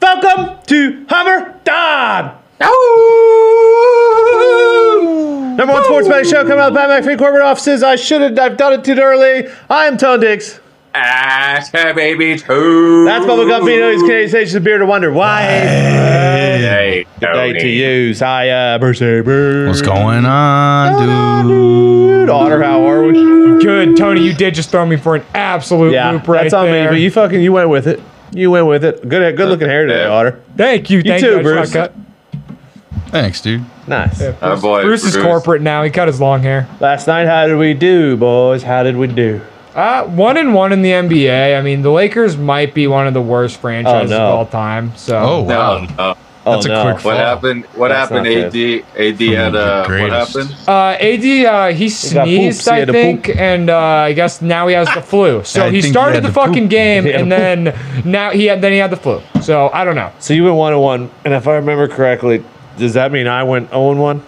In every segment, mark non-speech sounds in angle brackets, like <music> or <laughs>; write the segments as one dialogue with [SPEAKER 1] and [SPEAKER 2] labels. [SPEAKER 1] Welcome to Hummer Dodd. Number one sports betting show coming out of the Pat McAfee corporate offices. I should have. I've done it too early. I am Tone Dix.
[SPEAKER 2] Ass her baby too.
[SPEAKER 1] That's Bubba Gumpino. He's Canadian Stations of Beer to Wonder. Why?
[SPEAKER 2] Hey,
[SPEAKER 1] Good day to uh,
[SPEAKER 2] Tony.
[SPEAKER 1] you, Saya Bersaber.
[SPEAKER 3] What's going on, dude?
[SPEAKER 1] Dude, Otter, how are we?
[SPEAKER 4] Good, Tony. You did just throw me for an absolute
[SPEAKER 1] Yeah,
[SPEAKER 4] loop right
[SPEAKER 1] that's on
[SPEAKER 4] there.
[SPEAKER 1] me. But you fucking, you went with it. You went with it. Good, good looking hair today,
[SPEAKER 2] Yeah.
[SPEAKER 1] Otter.
[SPEAKER 4] Thank you. Thank
[SPEAKER 1] too,
[SPEAKER 4] you. I
[SPEAKER 1] Bruce.
[SPEAKER 4] just got cut.
[SPEAKER 3] Thanks, dude.
[SPEAKER 1] Nice.
[SPEAKER 2] Oh boy,
[SPEAKER 4] Bruce is
[SPEAKER 2] Bruce.
[SPEAKER 4] corporate now. He cut his long hair.
[SPEAKER 1] Last night, how did we do, boys? How did we do?
[SPEAKER 4] Uh, one and one in the NBA. I mean, the Lakers might be one of the worst franchises
[SPEAKER 1] Oh, no.
[SPEAKER 4] of all time. So
[SPEAKER 3] Oh, wow.
[SPEAKER 2] No, no.
[SPEAKER 1] Oh,
[SPEAKER 3] That's a
[SPEAKER 1] no.
[SPEAKER 3] quick
[SPEAKER 2] What
[SPEAKER 3] Oh,
[SPEAKER 2] happened? What
[SPEAKER 1] that's
[SPEAKER 2] happened?
[SPEAKER 1] not
[SPEAKER 2] Ad Ad had uh, what
[SPEAKER 3] greatest.
[SPEAKER 2] happened?
[SPEAKER 4] Uh, AD, uh, he
[SPEAKER 1] got
[SPEAKER 4] sneezed,
[SPEAKER 1] poops. He
[SPEAKER 4] I
[SPEAKER 1] had to
[SPEAKER 4] think, and uh, I guess now he has the
[SPEAKER 3] <laughs>
[SPEAKER 4] flu. So
[SPEAKER 3] I
[SPEAKER 4] he
[SPEAKER 3] think he
[SPEAKER 4] started
[SPEAKER 3] had
[SPEAKER 4] the
[SPEAKER 3] the
[SPEAKER 4] fucking
[SPEAKER 3] poop.
[SPEAKER 4] game,
[SPEAKER 1] He had
[SPEAKER 4] and
[SPEAKER 1] the
[SPEAKER 4] then now he had then he had the flu. So I don't know.
[SPEAKER 1] So you went one and one, and if I remember correctly, does that mean I went zero and one?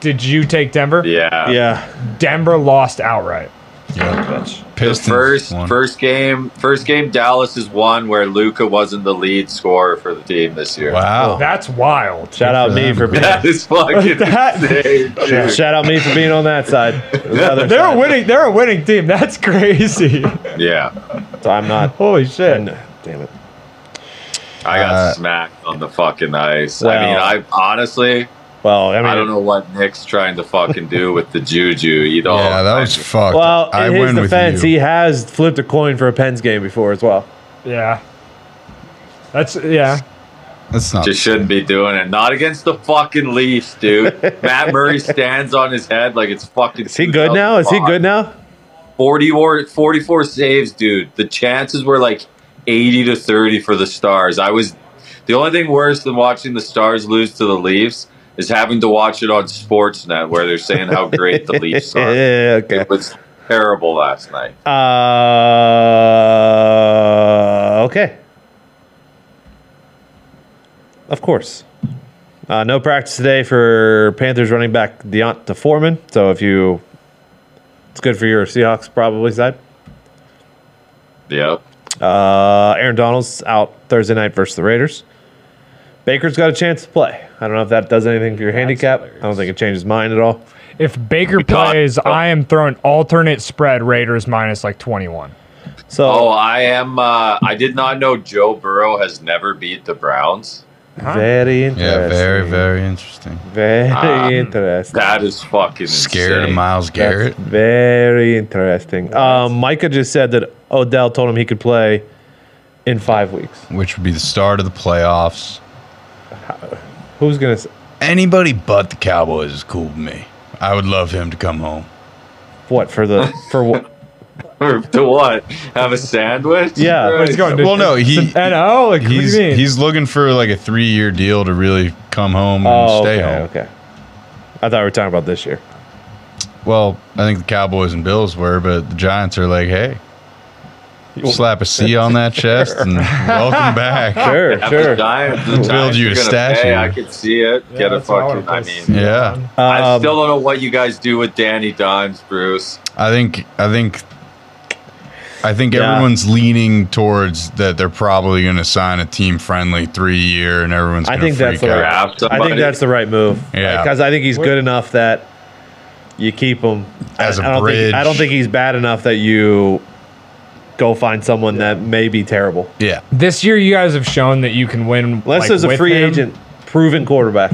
[SPEAKER 4] Did you take Denver?
[SPEAKER 2] Yeah.
[SPEAKER 1] Yeah.
[SPEAKER 4] Denver lost outright.
[SPEAKER 3] Yeah.
[SPEAKER 2] The
[SPEAKER 3] Pistons.
[SPEAKER 2] first
[SPEAKER 3] won.
[SPEAKER 2] first game first game Dallas is one where Luca wasn't the lead scorer for the team this year.
[SPEAKER 1] Oh.
[SPEAKER 3] Wow.
[SPEAKER 4] That's wild.
[SPEAKER 1] Shout out me for being.
[SPEAKER 2] <laughs> That is fucking
[SPEAKER 4] That-
[SPEAKER 2] insane. dude.
[SPEAKER 1] Shout out me for being on that side. The other
[SPEAKER 4] They're a
[SPEAKER 1] side.
[SPEAKER 4] winning. They're a winning team. <laughs> That's crazy.
[SPEAKER 2] Yeah,
[SPEAKER 1] So I'm not.
[SPEAKER 4] Holy shit.
[SPEAKER 1] no, Damn it.
[SPEAKER 2] I got
[SPEAKER 3] Uh,
[SPEAKER 2] smacked on the fucking ice.
[SPEAKER 1] Well-
[SPEAKER 2] I mean, I honestly,
[SPEAKER 1] Well, I mean,
[SPEAKER 2] I don't know what Nick's trying to fucking do with the juju. Oh. You know,
[SPEAKER 3] yeah, that was fucked.
[SPEAKER 1] Well, in
[SPEAKER 3] I
[SPEAKER 1] his
[SPEAKER 3] win
[SPEAKER 1] defense,
[SPEAKER 3] with
[SPEAKER 1] he
[SPEAKER 3] you.
[SPEAKER 1] has flipped a coin for a Pens game before as well.
[SPEAKER 4] Yeah. That's yeah.
[SPEAKER 3] That's not.
[SPEAKER 2] just shouldn't be doing it. Not against the fucking Leafs,
[SPEAKER 1] <laughs>
[SPEAKER 2] dude. Matt Murray stands on his head like it's fucking.
[SPEAKER 1] Is he good now? Is he good now?
[SPEAKER 2] 44, 44 saves, dude. The chances were like 80 to 30 for the Stars. I was. The only thing worse than watching the Stars lose to the Leafs is having to watch it on Sportsnet where they're saying how great
[SPEAKER 1] <laughs>
[SPEAKER 2] the Leafs are.
[SPEAKER 1] yeah. Okay.
[SPEAKER 2] It was terrible last night.
[SPEAKER 1] Uh, okay. Of course. Uh, no practice today for Panthers running back Deonta Foreman. So if you, it's good for your Seahawks probably side.
[SPEAKER 2] Yep.
[SPEAKER 1] Uh, Aaron Donald's out Thursday night versus the Raiders. Baker's got a chance to play. I don't know if that does anything for your handicap. I don't think it changes mine at all.
[SPEAKER 4] If Baker
[SPEAKER 2] God.
[SPEAKER 4] plays, I am throwing alternate spread Raiders minus like twenty one.
[SPEAKER 1] So
[SPEAKER 2] Oh, I am. Uh, I did not know Joe Burrow has never beat the Browns.
[SPEAKER 1] very interesting.
[SPEAKER 3] yeah, very, very interesting.
[SPEAKER 1] very
[SPEAKER 2] Ah,
[SPEAKER 1] interesting.
[SPEAKER 2] That is fucking
[SPEAKER 3] Scared of
[SPEAKER 2] insane.
[SPEAKER 3] Miles Garrett.
[SPEAKER 1] That's very interesting. Um, Micah just said that Odell told him he could play in five weeks.
[SPEAKER 3] which would be the start of the playoffs.
[SPEAKER 1] Who's gonna? s-
[SPEAKER 3] Anybody but the Cowboys is cool with me. I would love him to come home.
[SPEAKER 1] What for the
[SPEAKER 3] <laughs>
[SPEAKER 1] for what?
[SPEAKER 2] <laughs> to what? Have a sandwich?
[SPEAKER 1] Yeah.
[SPEAKER 2] Right.
[SPEAKER 1] What
[SPEAKER 4] He's going to
[SPEAKER 3] Well, no, he
[SPEAKER 4] and oh, like,
[SPEAKER 3] he's
[SPEAKER 4] what do you mean?
[SPEAKER 3] he's looking for like a three year deal to really come home and
[SPEAKER 1] Oh,
[SPEAKER 3] Mm, stay
[SPEAKER 1] okay,
[SPEAKER 3] home.
[SPEAKER 1] okay. I thought we were talking about this year.
[SPEAKER 3] Well, I think the Cowboys and Bills were, but the Giants are like, hey, slap a C
[SPEAKER 1] <laughs>
[SPEAKER 3] on that chest and welcome back.
[SPEAKER 1] Sure,
[SPEAKER 2] Have the
[SPEAKER 1] sure.
[SPEAKER 2] Giants- the
[SPEAKER 3] Build
[SPEAKER 2] Giants
[SPEAKER 3] you
[SPEAKER 2] are
[SPEAKER 3] a
[SPEAKER 2] gonna
[SPEAKER 3] statue.
[SPEAKER 2] pay. I can see it.
[SPEAKER 4] Yeah,
[SPEAKER 2] Get a
[SPEAKER 4] that's how I wanna
[SPEAKER 2] fucking. I
[SPEAKER 4] play.
[SPEAKER 2] mean,
[SPEAKER 3] Yeah,
[SPEAKER 2] I
[SPEAKER 1] Um,
[SPEAKER 2] still don't know what you guys do with Danny Dimes, Bruce.
[SPEAKER 3] I think I think I think
[SPEAKER 1] Yeah.
[SPEAKER 3] everyone's leaning towards that they're probably going to sign a team friendly three year, and everyone's.
[SPEAKER 1] I
[SPEAKER 3] Gonna
[SPEAKER 1] think that's
[SPEAKER 3] freak
[SPEAKER 1] the
[SPEAKER 3] out.
[SPEAKER 1] right-
[SPEAKER 2] Draft
[SPEAKER 1] I
[SPEAKER 2] somebody.
[SPEAKER 1] think that's the right move.
[SPEAKER 3] Yeah.
[SPEAKER 1] Because I think he's good enough that you keep him
[SPEAKER 3] As
[SPEAKER 1] I-
[SPEAKER 3] a
[SPEAKER 1] I don't Think, I
[SPEAKER 3] bridge.
[SPEAKER 1] don't think he's bad enough that you go find someone that may be terrible.
[SPEAKER 3] Yeah,
[SPEAKER 4] this year, you guys have shown that you can win.
[SPEAKER 1] Unless
[SPEAKER 4] like,
[SPEAKER 1] there's a
[SPEAKER 4] with
[SPEAKER 1] free
[SPEAKER 4] him.
[SPEAKER 1] agent, proven quarterback.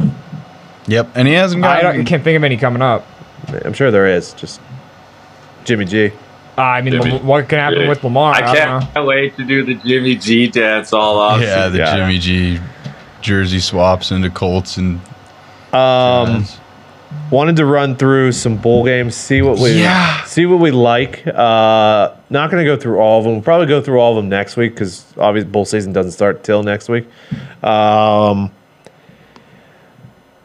[SPEAKER 3] Yep, and he hasn't
[SPEAKER 4] I
[SPEAKER 3] gotten.
[SPEAKER 4] don't, can't think of any coming up.
[SPEAKER 1] I'm sure there is. Just Jimmy G.
[SPEAKER 4] Uh, I mean,
[SPEAKER 2] Jimmy-
[SPEAKER 4] Lam- what can happen
[SPEAKER 2] Yeah.
[SPEAKER 4] with Lamar?
[SPEAKER 2] I
[SPEAKER 4] I,
[SPEAKER 2] can't wait to do the Jimmy G dance all off.
[SPEAKER 3] yeah,
[SPEAKER 2] season.
[SPEAKER 3] the
[SPEAKER 1] Yeah.
[SPEAKER 3] Jimmy G jersey swaps into Colts and.
[SPEAKER 1] Um, wanted to run through some bowl games, see what we
[SPEAKER 3] Yeah.
[SPEAKER 1] see what we like. Uh, not going to go through all of them. We'll probably go through all of them next week because obviously bowl season doesn't start till next week. Um,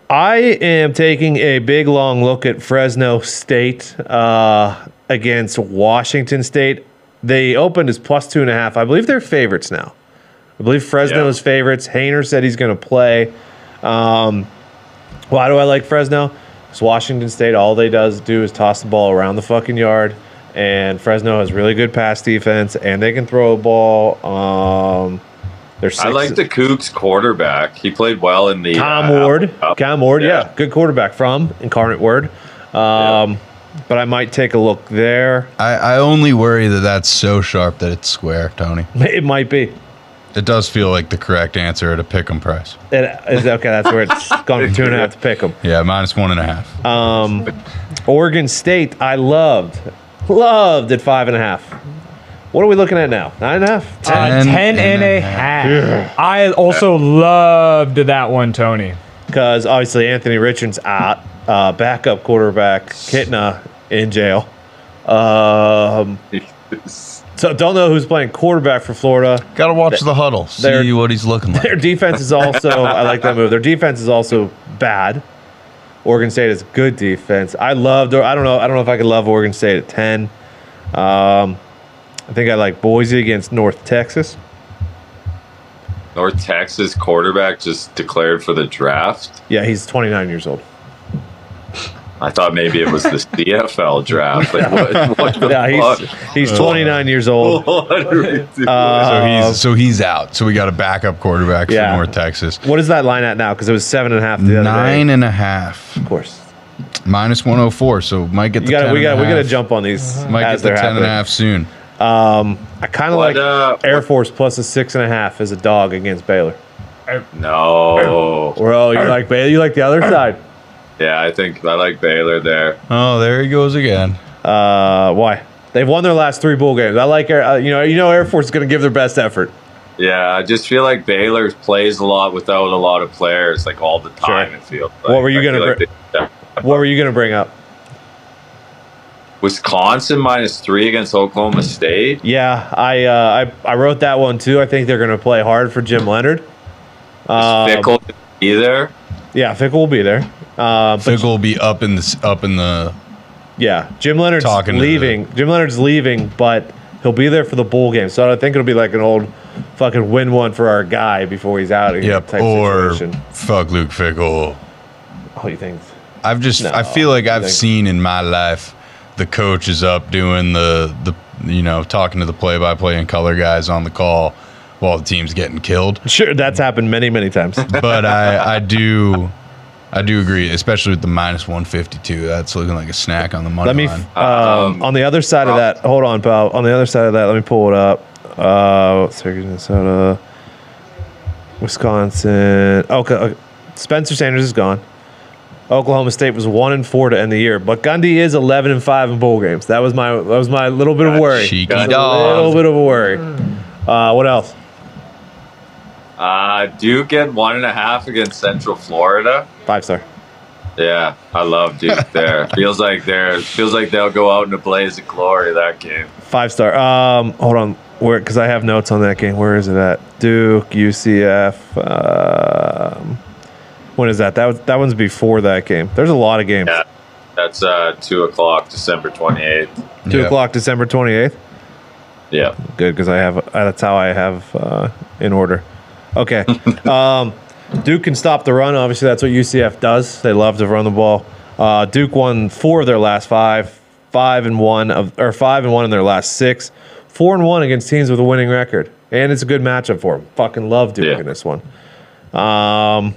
[SPEAKER 1] I am taking a big long look at Fresno State uh, against Washington State. They opened as plus two and a half. I believe they're favorites now. I believe Fresno
[SPEAKER 2] Yeah.
[SPEAKER 1] is favorites. Hayner said he's going to play. Why do I like Fresno? Because Washington State, all they does do is toss the ball around the fucking yard, and Fresno has really good pass defense, and they can throw a ball. Um, They're
[SPEAKER 2] I
[SPEAKER 1] six-
[SPEAKER 2] like the Kooks quarterback. He played well in the
[SPEAKER 1] Tom
[SPEAKER 2] uh,
[SPEAKER 1] Ward.
[SPEAKER 2] Cup.
[SPEAKER 1] Tom Ward, yeah. good quarterback from Incarnate Word. Um, But I might take a look there. <laughs>
[SPEAKER 3] I, I only worry that that's so sharp that it's square, Tony.
[SPEAKER 1] It might be.
[SPEAKER 3] It does feel like the correct answer at a pick 'em price.
[SPEAKER 1] It is okay. That's where it's
[SPEAKER 2] <laughs>
[SPEAKER 1] gone from two and a half to pick them.
[SPEAKER 3] Yeah, minus one and a half.
[SPEAKER 1] Oregon State, I loved, loved at five and a half. What are we looking at now? Nine and a half? Ten?
[SPEAKER 4] Uh,
[SPEAKER 3] Ten
[SPEAKER 4] 10 and a half. I also loved that one, Tony.
[SPEAKER 1] Because obviously Anthony Richards out, uh, backup quarterback Kitna in jail. Um,
[SPEAKER 2] <laughs>
[SPEAKER 1] so don't know who's playing quarterback for Florida.
[SPEAKER 3] Got to watch the huddle, see
[SPEAKER 1] they're-
[SPEAKER 3] what he's looking
[SPEAKER 1] Their
[SPEAKER 3] like.
[SPEAKER 1] defense is also I like that move. Their defense is also bad. Oregon State is good defense. I loved I don't know I don't know if I could love Oregon State at 10. Um, I think I like Boise against North Texas.
[SPEAKER 2] North Texas quarterback just declared for the draft.
[SPEAKER 1] Yeah, he's 29 years old.
[SPEAKER 2] I thought maybe it
[SPEAKER 1] <laughs>
[SPEAKER 2] was the CFL draft. Like what? what the
[SPEAKER 1] Yeah, he's Uh,
[SPEAKER 2] fuck? <laughs>
[SPEAKER 1] he's 29 years old.
[SPEAKER 2] What are we doing?
[SPEAKER 3] So he's so he's out. So we got a backup quarterback
[SPEAKER 1] Uh, Yeah.
[SPEAKER 3] from North Texas.
[SPEAKER 1] What is that line at now? Because it was seven and a half the other
[SPEAKER 3] Nine
[SPEAKER 1] day.
[SPEAKER 3] and a half,
[SPEAKER 1] Of course,
[SPEAKER 3] minus one hundred four. So might get the
[SPEAKER 1] you got to
[SPEAKER 3] 10
[SPEAKER 1] we
[SPEAKER 3] and
[SPEAKER 1] got
[SPEAKER 3] a
[SPEAKER 1] we got to
[SPEAKER 3] half.
[SPEAKER 1] jump on these
[SPEAKER 3] Might
[SPEAKER 1] as
[SPEAKER 3] get
[SPEAKER 1] they're
[SPEAKER 3] the ten and
[SPEAKER 1] happening.
[SPEAKER 3] a half soon.
[SPEAKER 1] I kind of like
[SPEAKER 2] What, uh,
[SPEAKER 1] Air Force plus a six and a half as a dog against Baylor.
[SPEAKER 2] no.
[SPEAKER 1] Or oh, you like Baylor? You like the other side?
[SPEAKER 2] Yeah, I think I like Baylor there.
[SPEAKER 3] Oh, there he goes again.
[SPEAKER 1] Uh, why? They've won their last three bowl games. I like Air. Uh, you know, you know, Air Force is going to give their best effort.
[SPEAKER 2] Yeah, I just feel like Baylor plays a lot without a lot of players, like all the time.
[SPEAKER 1] Sure.
[SPEAKER 2] It feels. Like.
[SPEAKER 1] What were you
[SPEAKER 2] I feel
[SPEAKER 1] gonna
[SPEAKER 2] like
[SPEAKER 1] br-
[SPEAKER 2] they- yeah.
[SPEAKER 1] What were you going to bring up?
[SPEAKER 2] Wisconsin minus three against Oklahoma State.
[SPEAKER 1] Yeah, I uh, I, I wrote that one too. I think they're going to play hard for Jim Leonard. Um,
[SPEAKER 2] Fickle either.
[SPEAKER 1] Yeah, Fickle will be there. Uh, but
[SPEAKER 3] Fickle will be up in the s- up in the.
[SPEAKER 1] yeah, Jim Leonard's
[SPEAKER 3] Talking to
[SPEAKER 1] leaving. Jim Leonard's leaving, but he'll be there for the bowl game. So I think it'll be like an old fucking win one for our guy before he's out. of here
[SPEAKER 3] Yep.
[SPEAKER 1] type
[SPEAKER 3] Or
[SPEAKER 1] situation.
[SPEAKER 3] fuck Luke Fickle.
[SPEAKER 1] oh, you think?
[SPEAKER 3] I've just I
[SPEAKER 1] No,
[SPEAKER 3] feel like
[SPEAKER 1] I
[SPEAKER 3] I've
[SPEAKER 1] think-
[SPEAKER 3] seen in my life the coach is up doing the the you know talking to the play by play and color guys on the call while the team's getting killed.
[SPEAKER 1] Sure, that's happened many many
[SPEAKER 3] <laughs>
[SPEAKER 1] times.
[SPEAKER 3] But I I do I do agree, especially with the minus one fifty two. That's looking like a snack on the money
[SPEAKER 1] Let me
[SPEAKER 3] line.
[SPEAKER 1] um, on the other side of that. Hold on, pal. On the other side of that, let me pull it up. Uh, Syracuse, Minnesota, Wisconsin. Okay, okay. Spencer Sanders is gone. Oklahoma State was one and four to end the year, but Gundy is eleven and five in bowl games. That was my that was my little bit of worry.
[SPEAKER 3] Cheeky
[SPEAKER 1] That was
[SPEAKER 3] dog.
[SPEAKER 1] A little bit of worry. Uh, what else?
[SPEAKER 2] Uh, Duke at one and a half against Central Florida.
[SPEAKER 1] Five star.
[SPEAKER 2] Yeah, I love
[SPEAKER 1] <laughs>
[SPEAKER 2] Duke there. feels like they're feels like they'll go out in a blaze of glory that game.
[SPEAKER 1] Five star. Um, hold on, where? Because I have notes on that game. Where is it at? Duke, UCF. Um, when is that? That was- that one's before that game. There's a lot of games.
[SPEAKER 2] Yeah, that's uh, two o'clock, December twenty eighth.
[SPEAKER 1] Two
[SPEAKER 3] Yeah.
[SPEAKER 1] o'clock, December twenty eighth.
[SPEAKER 2] Yeah,
[SPEAKER 1] Good, because I have. Uh, that's how I have uh, in order. Okay. um, Duke can stop the run. Obviously, that's what UCF does. They love to run the ball. Uh, Duke won four of their last five, five and one of, or five and one in their last six, four and one against teams with a winning record, and it's a good matchup for them. Fucking love Duke
[SPEAKER 2] Yeah.
[SPEAKER 1] in this one. Um,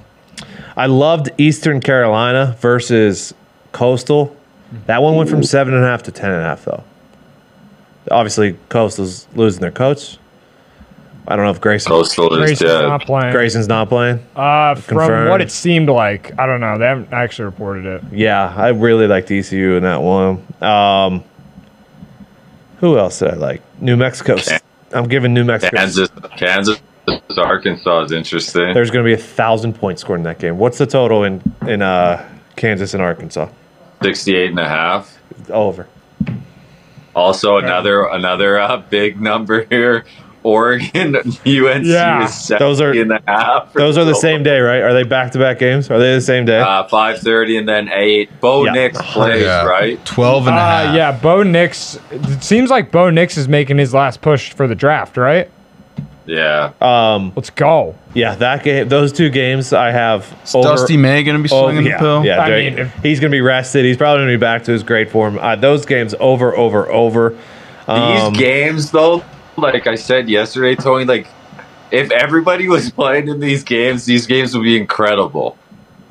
[SPEAKER 1] I loved Eastern Carolina versus Coastal. That one went from seven and a half to ten and a half, though. Obviously, Coastal's losing their coach. I don't know if Grayson
[SPEAKER 2] Coastal is
[SPEAKER 4] Grayson's
[SPEAKER 2] dead.
[SPEAKER 4] not playing.
[SPEAKER 1] Grayson's not playing.
[SPEAKER 4] Uh, from
[SPEAKER 1] Confirmed.
[SPEAKER 4] what it seemed like, I don't know. They haven't actually reported it.
[SPEAKER 1] Yeah, I really liked ECU in that one. Um, who else did I like? New Mexico.
[SPEAKER 2] Kan-
[SPEAKER 1] I'm giving New Mexico.
[SPEAKER 2] Kansas, Kansas, Arkansas is interesting.
[SPEAKER 1] There's going to be a thousand points scored in that game. What's the total in in uh, Kansas and Arkansas?
[SPEAKER 2] 68 and a half.
[SPEAKER 1] Over.
[SPEAKER 2] Also, another another uh, big number here. Oregon, <laughs> UNC
[SPEAKER 4] Yeah.
[SPEAKER 2] is 70
[SPEAKER 1] Those are-
[SPEAKER 2] and a half.
[SPEAKER 1] Those are the same day, right? Are they back to back games? Are they the same day?
[SPEAKER 2] Uh, 5.30 and then 8. Bo
[SPEAKER 1] Yeah. <laughs>
[SPEAKER 2] Nix plays,
[SPEAKER 3] Yeah.
[SPEAKER 2] right?
[SPEAKER 3] 12
[SPEAKER 1] Ah,
[SPEAKER 3] and a half.
[SPEAKER 4] Uh, yeah, Bo Nix. It seems like Bo Nix is making his last push for the draft, right?
[SPEAKER 2] Yeah.
[SPEAKER 4] Let's go.
[SPEAKER 1] Um, yeah, that game. Those two games, I have.
[SPEAKER 3] Is Dusty May going to be
[SPEAKER 1] Oh,
[SPEAKER 3] swinging
[SPEAKER 1] yeah,
[SPEAKER 3] the pill?
[SPEAKER 1] yeah.
[SPEAKER 4] I
[SPEAKER 1] Drake-
[SPEAKER 4] mean, if-
[SPEAKER 1] he's going to be rested. He's probably going to be back to his great form. Uh, those games over, over, over.
[SPEAKER 2] These
[SPEAKER 1] Um,
[SPEAKER 2] games, though, like I said yesterday, Tony, like if everybody was <laughs> playing in these games, these games would be incredible.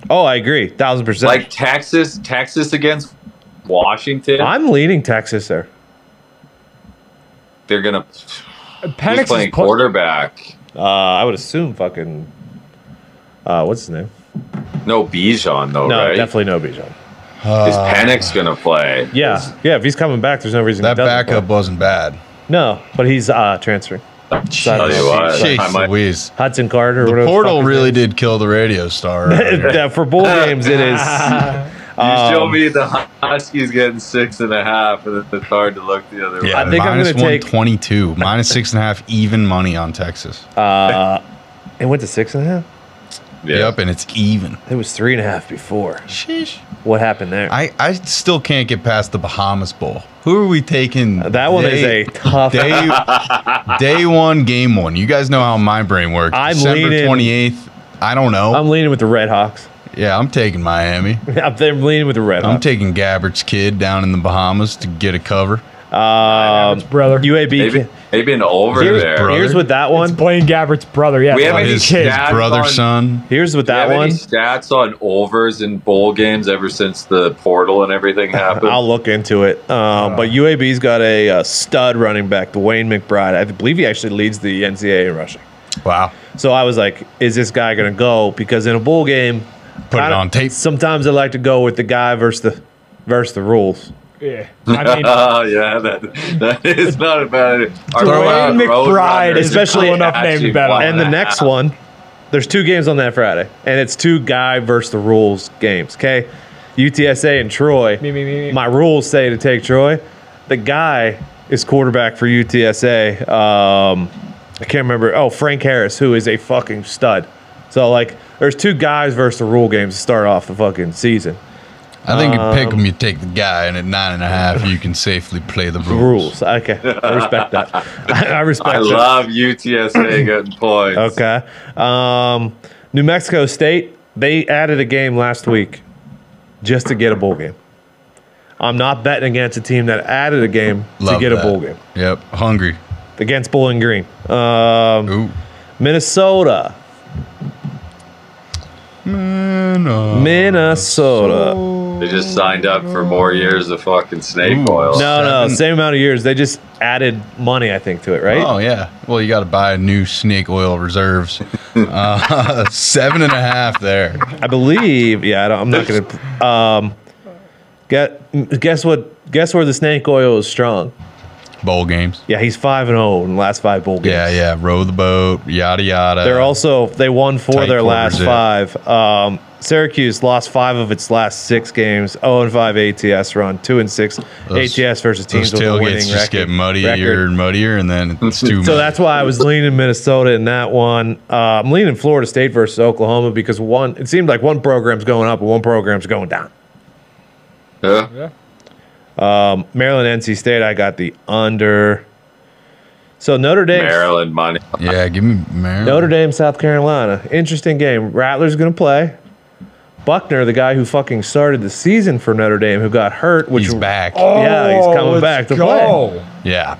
[SPEAKER 1] Oh, I agree, thousand percent.
[SPEAKER 2] Like Texas, Texas against Washington,
[SPEAKER 1] I'm leaning Texas there.
[SPEAKER 2] they're gonna
[SPEAKER 4] Penix
[SPEAKER 2] be
[SPEAKER 4] is
[SPEAKER 2] playing
[SPEAKER 4] pl-
[SPEAKER 2] quarterback.
[SPEAKER 1] Uh, I would assume fucking. Uh, what's his name?
[SPEAKER 2] No Bijan though,
[SPEAKER 1] no,
[SPEAKER 2] right?
[SPEAKER 1] definitely no Bijan.
[SPEAKER 2] Is
[SPEAKER 3] Uh,
[SPEAKER 2] Panic's gonna play?
[SPEAKER 1] Yeah, yeah. If he's coming back, there's no reason
[SPEAKER 3] that
[SPEAKER 1] he doesn't
[SPEAKER 3] backup
[SPEAKER 1] play.
[SPEAKER 3] wasn't bad.
[SPEAKER 1] No, but he's uh, transferring
[SPEAKER 2] Tell you what, I
[SPEAKER 3] Jeez
[SPEAKER 2] might-
[SPEAKER 3] Louise.
[SPEAKER 1] Hudson Carter. Or
[SPEAKER 3] The
[SPEAKER 1] whatever
[SPEAKER 3] portal
[SPEAKER 1] fuck his
[SPEAKER 3] really did kill the radio
[SPEAKER 1] <laughs>
[SPEAKER 3] star.
[SPEAKER 1] name-
[SPEAKER 3] <laughs> earlier.
[SPEAKER 1] Yeah, for bowl games, it is.
[SPEAKER 2] you show
[SPEAKER 1] Um,
[SPEAKER 2] me the Huskies getting six and a half, and it's hard to look the other
[SPEAKER 3] yeah,
[SPEAKER 1] I
[SPEAKER 2] way.
[SPEAKER 1] think I'm
[SPEAKER 3] minus
[SPEAKER 1] gonna take-
[SPEAKER 3] 122, <laughs> minus six and a half, even money on Texas.
[SPEAKER 1] Uh, it went to six and a half.
[SPEAKER 2] Yeah.
[SPEAKER 3] Yep, and it's even.
[SPEAKER 1] It was three and a half before.
[SPEAKER 3] Sheesh.
[SPEAKER 1] What happened there?
[SPEAKER 3] I, I still can't get past the Bahamas Bowl. Who are we taking?
[SPEAKER 1] Uh, that one is a tough.
[SPEAKER 3] day,
[SPEAKER 1] <laughs>
[SPEAKER 3] day one, game one. You guys know how my brain works.
[SPEAKER 1] I'm
[SPEAKER 3] December
[SPEAKER 1] leaning-
[SPEAKER 3] 28th. I don't know.
[SPEAKER 1] I'm leaning with the Red Hawks. <laughs>
[SPEAKER 3] yeah, I'm taking Miami.
[SPEAKER 1] I'm leaning with the Red
[SPEAKER 3] I'm
[SPEAKER 1] Hawks.
[SPEAKER 3] taking Gabbard's kid down in the Bahamas to get a cover.
[SPEAKER 1] Um,
[SPEAKER 4] brother.
[SPEAKER 1] UAB.
[SPEAKER 2] Maybe,
[SPEAKER 1] can-
[SPEAKER 2] maybe an over
[SPEAKER 1] here's,
[SPEAKER 2] there.
[SPEAKER 3] bro-
[SPEAKER 1] here's with that
[SPEAKER 4] It's
[SPEAKER 1] one.
[SPEAKER 4] Blaine Gabbert's brother. Yeah,
[SPEAKER 2] We
[SPEAKER 4] fuck
[SPEAKER 2] haven't
[SPEAKER 4] his
[SPEAKER 3] His,
[SPEAKER 2] even-
[SPEAKER 4] kid.
[SPEAKER 3] his
[SPEAKER 2] Dad's
[SPEAKER 3] brother,
[SPEAKER 2] on-
[SPEAKER 3] son.
[SPEAKER 1] Here's with
[SPEAKER 2] Do you
[SPEAKER 1] that
[SPEAKER 2] have
[SPEAKER 1] one.
[SPEAKER 2] any stats on overs in bowl games ever since the portal
[SPEAKER 1] <laughs>
[SPEAKER 2] and everything happened?
[SPEAKER 1] I'll look into it. Um, but UAB's got a, uh stud running back, Dwayne McBride. I believe he actually leads the NCAA in rushing.
[SPEAKER 3] Wow.
[SPEAKER 1] So I was like, is this guy going to go? Because in a bowl game,
[SPEAKER 3] Put it
[SPEAKER 1] kinda-
[SPEAKER 3] on tape.
[SPEAKER 1] Sometimes I like to go with the guy versus the versus the rules.
[SPEAKER 4] Yeah.
[SPEAKER 2] <laughs>
[SPEAKER 4] I mean,
[SPEAKER 2] <laughs> Oh yeah, that that is not a bad. Our
[SPEAKER 4] Dwayne
[SPEAKER 2] road- road
[SPEAKER 4] McBride
[SPEAKER 2] runners
[SPEAKER 1] is especially-
[SPEAKER 2] are
[SPEAKER 1] cool
[SPEAKER 4] enough
[SPEAKER 2] actually
[SPEAKER 4] name to bet on.
[SPEAKER 2] one
[SPEAKER 1] and the
[SPEAKER 2] a
[SPEAKER 1] next
[SPEAKER 2] half.
[SPEAKER 1] one, there's two games on that Friday, and it's two guy versus the rules games. Okay, UTSA and Troy.
[SPEAKER 4] me, me, me, me.
[SPEAKER 1] My rules say to take Troy. The guy is quarterback for UTSA. Um, I can't remember. Oh, Frank Harris, who is a fucking stud. So like, there's two guys versus the rule games to start off the fucking season.
[SPEAKER 3] I think you
[SPEAKER 1] Um,
[SPEAKER 3] pick him, you take the guy, and at nine and a half, you can safely play the rules.
[SPEAKER 1] Rules. Okay, I respect that. <laughs> I, I respect.
[SPEAKER 2] I
[SPEAKER 1] that. <clears throat>
[SPEAKER 2] love UTSA getting points.
[SPEAKER 1] Okay. Um, New Mexico State, they added a game last week just to get a bowl game. I'm not betting against a team that added a game
[SPEAKER 3] Love
[SPEAKER 1] to get
[SPEAKER 3] that.
[SPEAKER 1] a bowl game
[SPEAKER 3] Yep. Hungry.
[SPEAKER 1] against Bowling Green. Um,
[SPEAKER 3] Ooh.
[SPEAKER 1] Minnesota.
[SPEAKER 3] Minnesota.
[SPEAKER 1] Minnesota.
[SPEAKER 2] They just signed up for more years of fucking snake
[SPEAKER 3] Ooh.
[SPEAKER 2] oil.
[SPEAKER 1] No, no,
[SPEAKER 3] Seven.
[SPEAKER 1] same amount of years. They just added money, I think, to it, right?
[SPEAKER 3] Oh yeah. Well, you got to buy new snake oil
[SPEAKER 1] <laughs>
[SPEAKER 3] reserves. Uh, <laughs> seven and a half there.
[SPEAKER 1] I believe. Yeah, I don't, I'm not going to. Um, get, guess what? Guess where the snake oil is strong?
[SPEAKER 3] Bowl games.
[SPEAKER 1] Yeah, he's 5 and 0 in the last five bowl games.
[SPEAKER 3] Yeah, yeah. Row the boat. Yada yada.
[SPEAKER 1] They're also they won four
[SPEAKER 3] Uh, Tight
[SPEAKER 1] of their last
[SPEAKER 3] quarters,
[SPEAKER 1] five. Um, Syracuse lost five of its last six games. 0 and five ATS run. Two and six
[SPEAKER 3] Those-
[SPEAKER 1] ATS versus
[SPEAKER 3] those
[SPEAKER 1] teams with a winning
[SPEAKER 3] tailgates just
[SPEAKER 1] record-
[SPEAKER 3] get muddier
[SPEAKER 1] record.
[SPEAKER 3] and muddier, and then
[SPEAKER 1] <laughs>
[SPEAKER 3] it's too.
[SPEAKER 1] So
[SPEAKER 3] muddy.
[SPEAKER 1] that's why I was leaning Minnesota in that one. Uh, I'm leaning Florida State versus Oklahoma because one it seemed like one program's going up and one program's going down.
[SPEAKER 2] Yeah.
[SPEAKER 4] Yeah.
[SPEAKER 1] Um, Maryland, NC State, I got the under. So Notre Dame,
[SPEAKER 2] Maryland money.
[SPEAKER 3] yeah. Give me Maryland.
[SPEAKER 1] Notre Dame, South Carolina. Interesting game. Rattler's going to play. Buckner, the guy who fucking started the season for Notre Dame, who got hurt, which Oh.
[SPEAKER 3] He's back.
[SPEAKER 1] Yeah, he's coming
[SPEAKER 4] Oh, let's
[SPEAKER 1] back to
[SPEAKER 3] Yeah.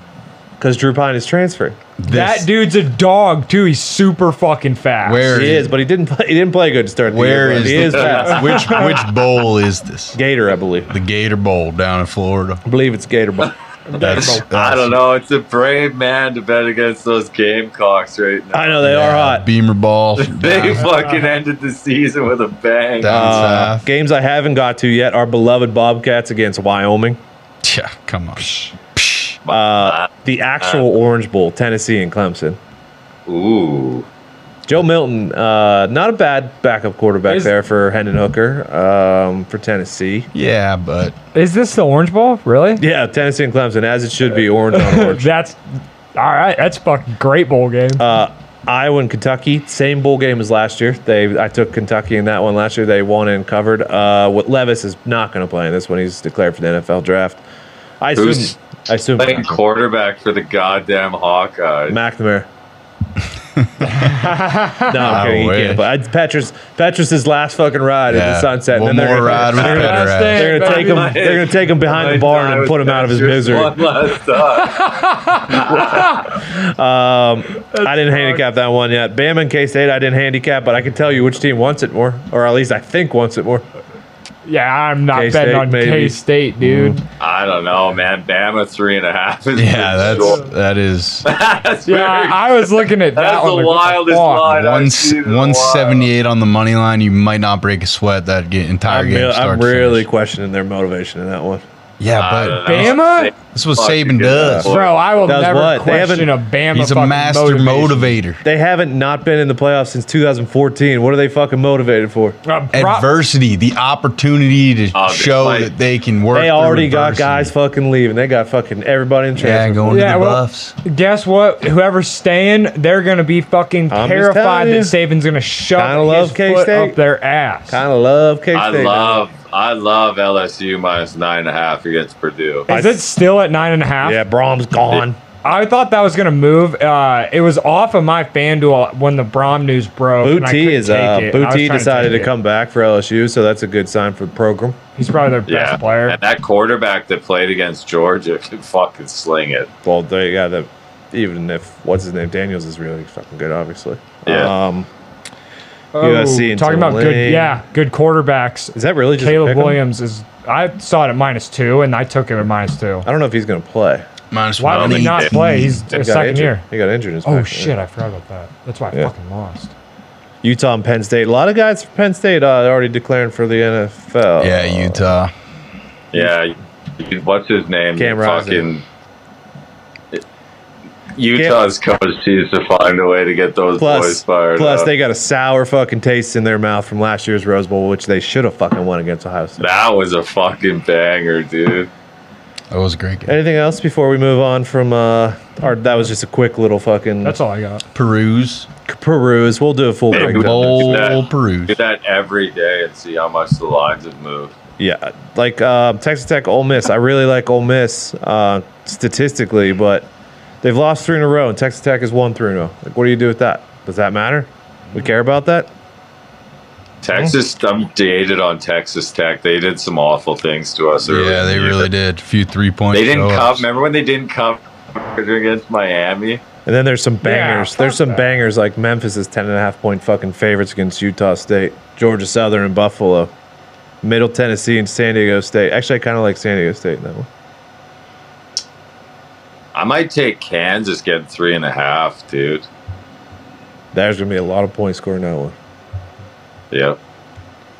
[SPEAKER 1] because Drew Pine is transferred.
[SPEAKER 3] This-
[SPEAKER 4] That dude's a dog too. He's super fucking fast.
[SPEAKER 3] Where
[SPEAKER 1] He is, but he didn't play. He didn't play good to start the
[SPEAKER 3] Where
[SPEAKER 1] year. but
[SPEAKER 3] is,
[SPEAKER 1] he is
[SPEAKER 3] the-
[SPEAKER 1] fast.
[SPEAKER 3] which which bowl is this?
[SPEAKER 1] <laughs> Gator, I believe.
[SPEAKER 3] The Gator Bowl down in Florida.
[SPEAKER 1] I believe it's Gator Bowl.
[SPEAKER 3] That's,
[SPEAKER 2] I don't know. It's a brave man to bet against those Gamecocks right now.
[SPEAKER 1] I know they
[SPEAKER 3] yeah,
[SPEAKER 1] are hot.
[SPEAKER 3] Beamer ball.
[SPEAKER 2] They
[SPEAKER 3] down,
[SPEAKER 2] fucking ended the season with a bang.
[SPEAKER 3] down
[SPEAKER 1] Uh,
[SPEAKER 3] south.
[SPEAKER 1] games I haven't got to yet are beloved Bobcats against Wyoming.
[SPEAKER 3] Yeah, come on. Psh.
[SPEAKER 1] Uh, the actual
[SPEAKER 3] Ah.
[SPEAKER 1] Orange Bowl, Tennessee and Clemson.
[SPEAKER 2] Ooh.
[SPEAKER 1] Joe Milton, uh, not a bad backup quarterback
[SPEAKER 4] Is-
[SPEAKER 1] there for Hendon Hooker um, for Tennessee.
[SPEAKER 3] Yeah, but
[SPEAKER 4] Is this the Orange Bowl? Really?
[SPEAKER 1] Yeah, Tennessee and Clemson, as it should be, orange on
[SPEAKER 4] <laughs>
[SPEAKER 1] orange.
[SPEAKER 4] That's all right. That's fucking great bowl game.
[SPEAKER 1] Uh, Iowa and Kentucky, same bowl game as last year. They, I took Kentucky in that one last year. They won and covered. Uh, what Levis is not going to play in this one. He's declared for the NFL draft. I assume.
[SPEAKER 2] Who's
[SPEAKER 1] I assume
[SPEAKER 3] <laughs>
[SPEAKER 2] Playing quarterback for the goddamn Hawkeyes.
[SPEAKER 1] McNamara. No, I'm
[SPEAKER 3] I
[SPEAKER 1] kidding. You
[SPEAKER 3] wish.
[SPEAKER 1] can't. But I'd- Petrus, Petrus's last fucking ride is the
[SPEAKER 3] Yeah.
[SPEAKER 1] sunset.
[SPEAKER 3] One
[SPEAKER 1] and then they're
[SPEAKER 3] more
[SPEAKER 1] gonna,
[SPEAKER 3] ride with
[SPEAKER 1] they're gonna-
[SPEAKER 3] Petter.
[SPEAKER 1] <laughs>
[SPEAKER 4] Last
[SPEAKER 1] They're gonna
[SPEAKER 4] day,
[SPEAKER 1] take
[SPEAKER 4] baby.
[SPEAKER 1] him. They're gonna take him behind the barn and put him out of his misery.
[SPEAKER 2] One last time.
[SPEAKER 1] I didn't handicap that one yet. Bama and K State, I didn't handicap, but I can tell you which team wants it more, or at least I think wants it more.
[SPEAKER 4] Yeah, I'm not
[SPEAKER 1] K-State,
[SPEAKER 4] betting on
[SPEAKER 1] maybe. Mm-hmm.
[SPEAKER 4] K State, dude.
[SPEAKER 2] I don't know, man. Bama three and a half. Is
[SPEAKER 3] Yeah,
[SPEAKER 2] pretty
[SPEAKER 3] that's
[SPEAKER 2] short.
[SPEAKER 3] that
[SPEAKER 2] <laughs>
[SPEAKER 3] is
[SPEAKER 2] that's
[SPEAKER 4] Yeah,
[SPEAKER 2] very-
[SPEAKER 4] I was looking at that
[SPEAKER 2] That's
[SPEAKER 4] one.
[SPEAKER 2] the
[SPEAKER 4] like, what
[SPEAKER 2] wildest
[SPEAKER 4] fuck?
[SPEAKER 2] line. I've
[SPEAKER 3] one
[SPEAKER 2] seen in a
[SPEAKER 3] one
[SPEAKER 2] while.
[SPEAKER 3] seventy eight on the money line. You might not break a sweat that ga- entire
[SPEAKER 1] I'm,
[SPEAKER 3] game.
[SPEAKER 1] real- I'm
[SPEAKER 3] start to
[SPEAKER 1] really
[SPEAKER 3] finish.
[SPEAKER 1] questioning their motivation in that one.
[SPEAKER 3] yeah,
[SPEAKER 2] I don't
[SPEAKER 3] but
[SPEAKER 2] know.
[SPEAKER 4] Bama?
[SPEAKER 3] this is what
[SPEAKER 2] Fuck,
[SPEAKER 3] Saban
[SPEAKER 2] dude,
[SPEAKER 3] does.
[SPEAKER 2] yeah.
[SPEAKER 4] Bro, I will
[SPEAKER 1] That was
[SPEAKER 4] never
[SPEAKER 1] what? They
[SPEAKER 4] question a
[SPEAKER 1] haven't-
[SPEAKER 4] Bama.
[SPEAKER 3] He's a
[SPEAKER 4] fucking
[SPEAKER 3] master
[SPEAKER 4] motivation.
[SPEAKER 3] motivator.
[SPEAKER 1] They haven't not been in the playoffs since 2014. What are they fucking motivated for?
[SPEAKER 4] Uh, pro-
[SPEAKER 3] Adversity, the opportunity to
[SPEAKER 2] Oh, dude,
[SPEAKER 3] show
[SPEAKER 2] like-
[SPEAKER 3] that they can work.
[SPEAKER 1] They
[SPEAKER 3] through
[SPEAKER 1] already got
[SPEAKER 3] adversity.
[SPEAKER 1] guys fucking leaving. They got fucking everybody in
[SPEAKER 3] Yeah,
[SPEAKER 1] transfer.
[SPEAKER 3] going
[SPEAKER 4] Yeah,
[SPEAKER 3] to the
[SPEAKER 4] well-
[SPEAKER 3] Buffs.
[SPEAKER 4] Guess what? Whoever's staying, they're gonna be fucking
[SPEAKER 1] I'm just
[SPEAKER 4] terrified
[SPEAKER 1] telling
[SPEAKER 4] that
[SPEAKER 1] you.
[SPEAKER 4] Saban's gonna shove
[SPEAKER 1] Kinda
[SPEAKER 4] his
[SPEAKER 1] love
[SPEAKER 4] foot
[SPEAKER 1] K-State.
[SPEAKER 4] up their ass.
[SPEAKER 1] kind of love K State.
[SPEAKER 2] I love I love LSU minus nine and a half against Purdue.
[SPEAKER 4] Is it still at nine and a half?
[SPEAKER 1] Yeah, Brom's gone.
[SPEAKER 4] I thought that was gonna move. Uh, it was off of my FanDuel when the Brom news broke. and I
[SPEAKER 1] Booty
[SPEAKER 4] couldn't
[SPEAKER 1] is
[SPEAKER 4] take
[SPEAKER 1] uh,
[SPEAKER 4] it. I was
[SPEAKER 1] Booty
[SPEAKER 4] trying to
[SPEAKER 1] decided
[SPEAKER 4] take
[SPEAKER 1] to
[SPEAKER 4] it.
[SPEAKER 1] come back for LSU, so that's a good sign for the program.
[SPEAKER 4] He's probably their best
[SPEAKER 2] Yeah,
[SPEAKER 4] player.
[SPEAKER 2] and that quarterback that played against Georgia can fucking sling it.
[SPEAKER 1] Well, they got to, even if what's his name Daniels is really fucking good, obviously.
[SPEAKER 2] Yeah.
[SPEAKER 1] Um,
[SPEAKER 4] Oh,
[SPEAKER 1] USC and
[SPEAKER 4] talking about good,
[SPEAKER 1] Tulane.
[SPEAKER 4] yeah, good quarterbacks.
[SPEAKER 1] is that really just
[SPEAKER 4] Caleb
[SPEAKER 1] pick 'em?
[SPEAKER 4] Williams is. I saw it at minus two, and I took it at minus two.
[SPEAKER 1] I don't know if he's going to play.
[SPEAKER 3] Minus
[SPEAKER 4] Why would he not
[SPEAKER 3] 118.
[SPEAKER 4] play? He's
[SPEAKER 1] He
[SPEAKER 4] a
[SPEAKER 1] got
[SPEAKER 4] second
[SPEAKER 1] injured.
[SPEAKER 4] year.
[SPEAKER 1] He got injured. His
[SPEAKER 4] Oh
[SPEAKER 1] back.
[SPEAKER 4] shit! I forgot about that. That's why I
[SPEAKER 1] Yeah.
[SPEAKER 4] fucking lost.
[SPEAKER 1] Utah and Penn State. A lot of guys from Penn State uh, already declaring for the NFL.
[SPEAKER 3] Yeah, Utah.
[SPEAKER 2] Yeah, you- what's his name?
[SPEAKER 1] Cam Rising.
[SPEAKER 2] fucking Utah's coach needs to find a way to get those boys
[SPEAKER 1] Plus,
[SPEAKER 2] fired.
[SPEAKER 1] plus
[SPEAKER 2] up.
[SPEAKER 1] they got a sour fucking taste in their mouth from last year's Rose Bowl, which they should have fucking won against Ohio State.
[SPEAKER 2] that was a fucking banger, dude.
[SPEAKER 3] That was a great game.
[SPEAKER 1] Anything else before we move on from uh, our? That was just a quick little fucking
[SPEAKER 4] That's all I got.
[SPEAKER 3] Peruse.
[SPEAKER 1] peruse. We'll do a full
[SPEAKER 2] Big
[SPEAKER 1] breakdown.
[SPEAKER 3] Bowl
[SPEAKER 2] that.
[SPEAKER 3] peruse.
[SPEAKER 2] Do that every day and see how much the lines have moved.
[SPEAKER 1] Yeah, like uh, Texas Tech, Ole Miss. I really like Ole Miss uh, statistically, but they've lost three in a row, and Texas Tech has won three in a row. Like, what do you do with that? Does that matter? We care about that?
[SPEAKER 2] Texas, I'm dated on Texas Tech. They did some awful things to us. early
[SPEAKER 3] Yeah,
[SPEAKER 2] in
[SPEAKER 3] they
[SPEAKER 2] the year.
[SPEAKER 3] really did. A few three points.
[SPEAKER 2] They didn't cover. Remember when they didn't cover against Miami?
[SPEAKER 1] And then there's some bangers.
[SPEAKER 4] fuck
[SPEAKER 1] there's some
[SPEAKER 4] that.
[SPEAKER 1] bangers like Memphis is 10 and a half point fucking favorites against Utah State, Georgia Southern and Buffalo, Middle Tennessee and San Diego State. Actually, I kind of like San Diego State in that one.
[SPEAKER 2] I might take Kansas getting three and a half, dude.
[SPEAKER 1] There's going to be a lot of points scored in that one.
[SPEAKER 2] Yep.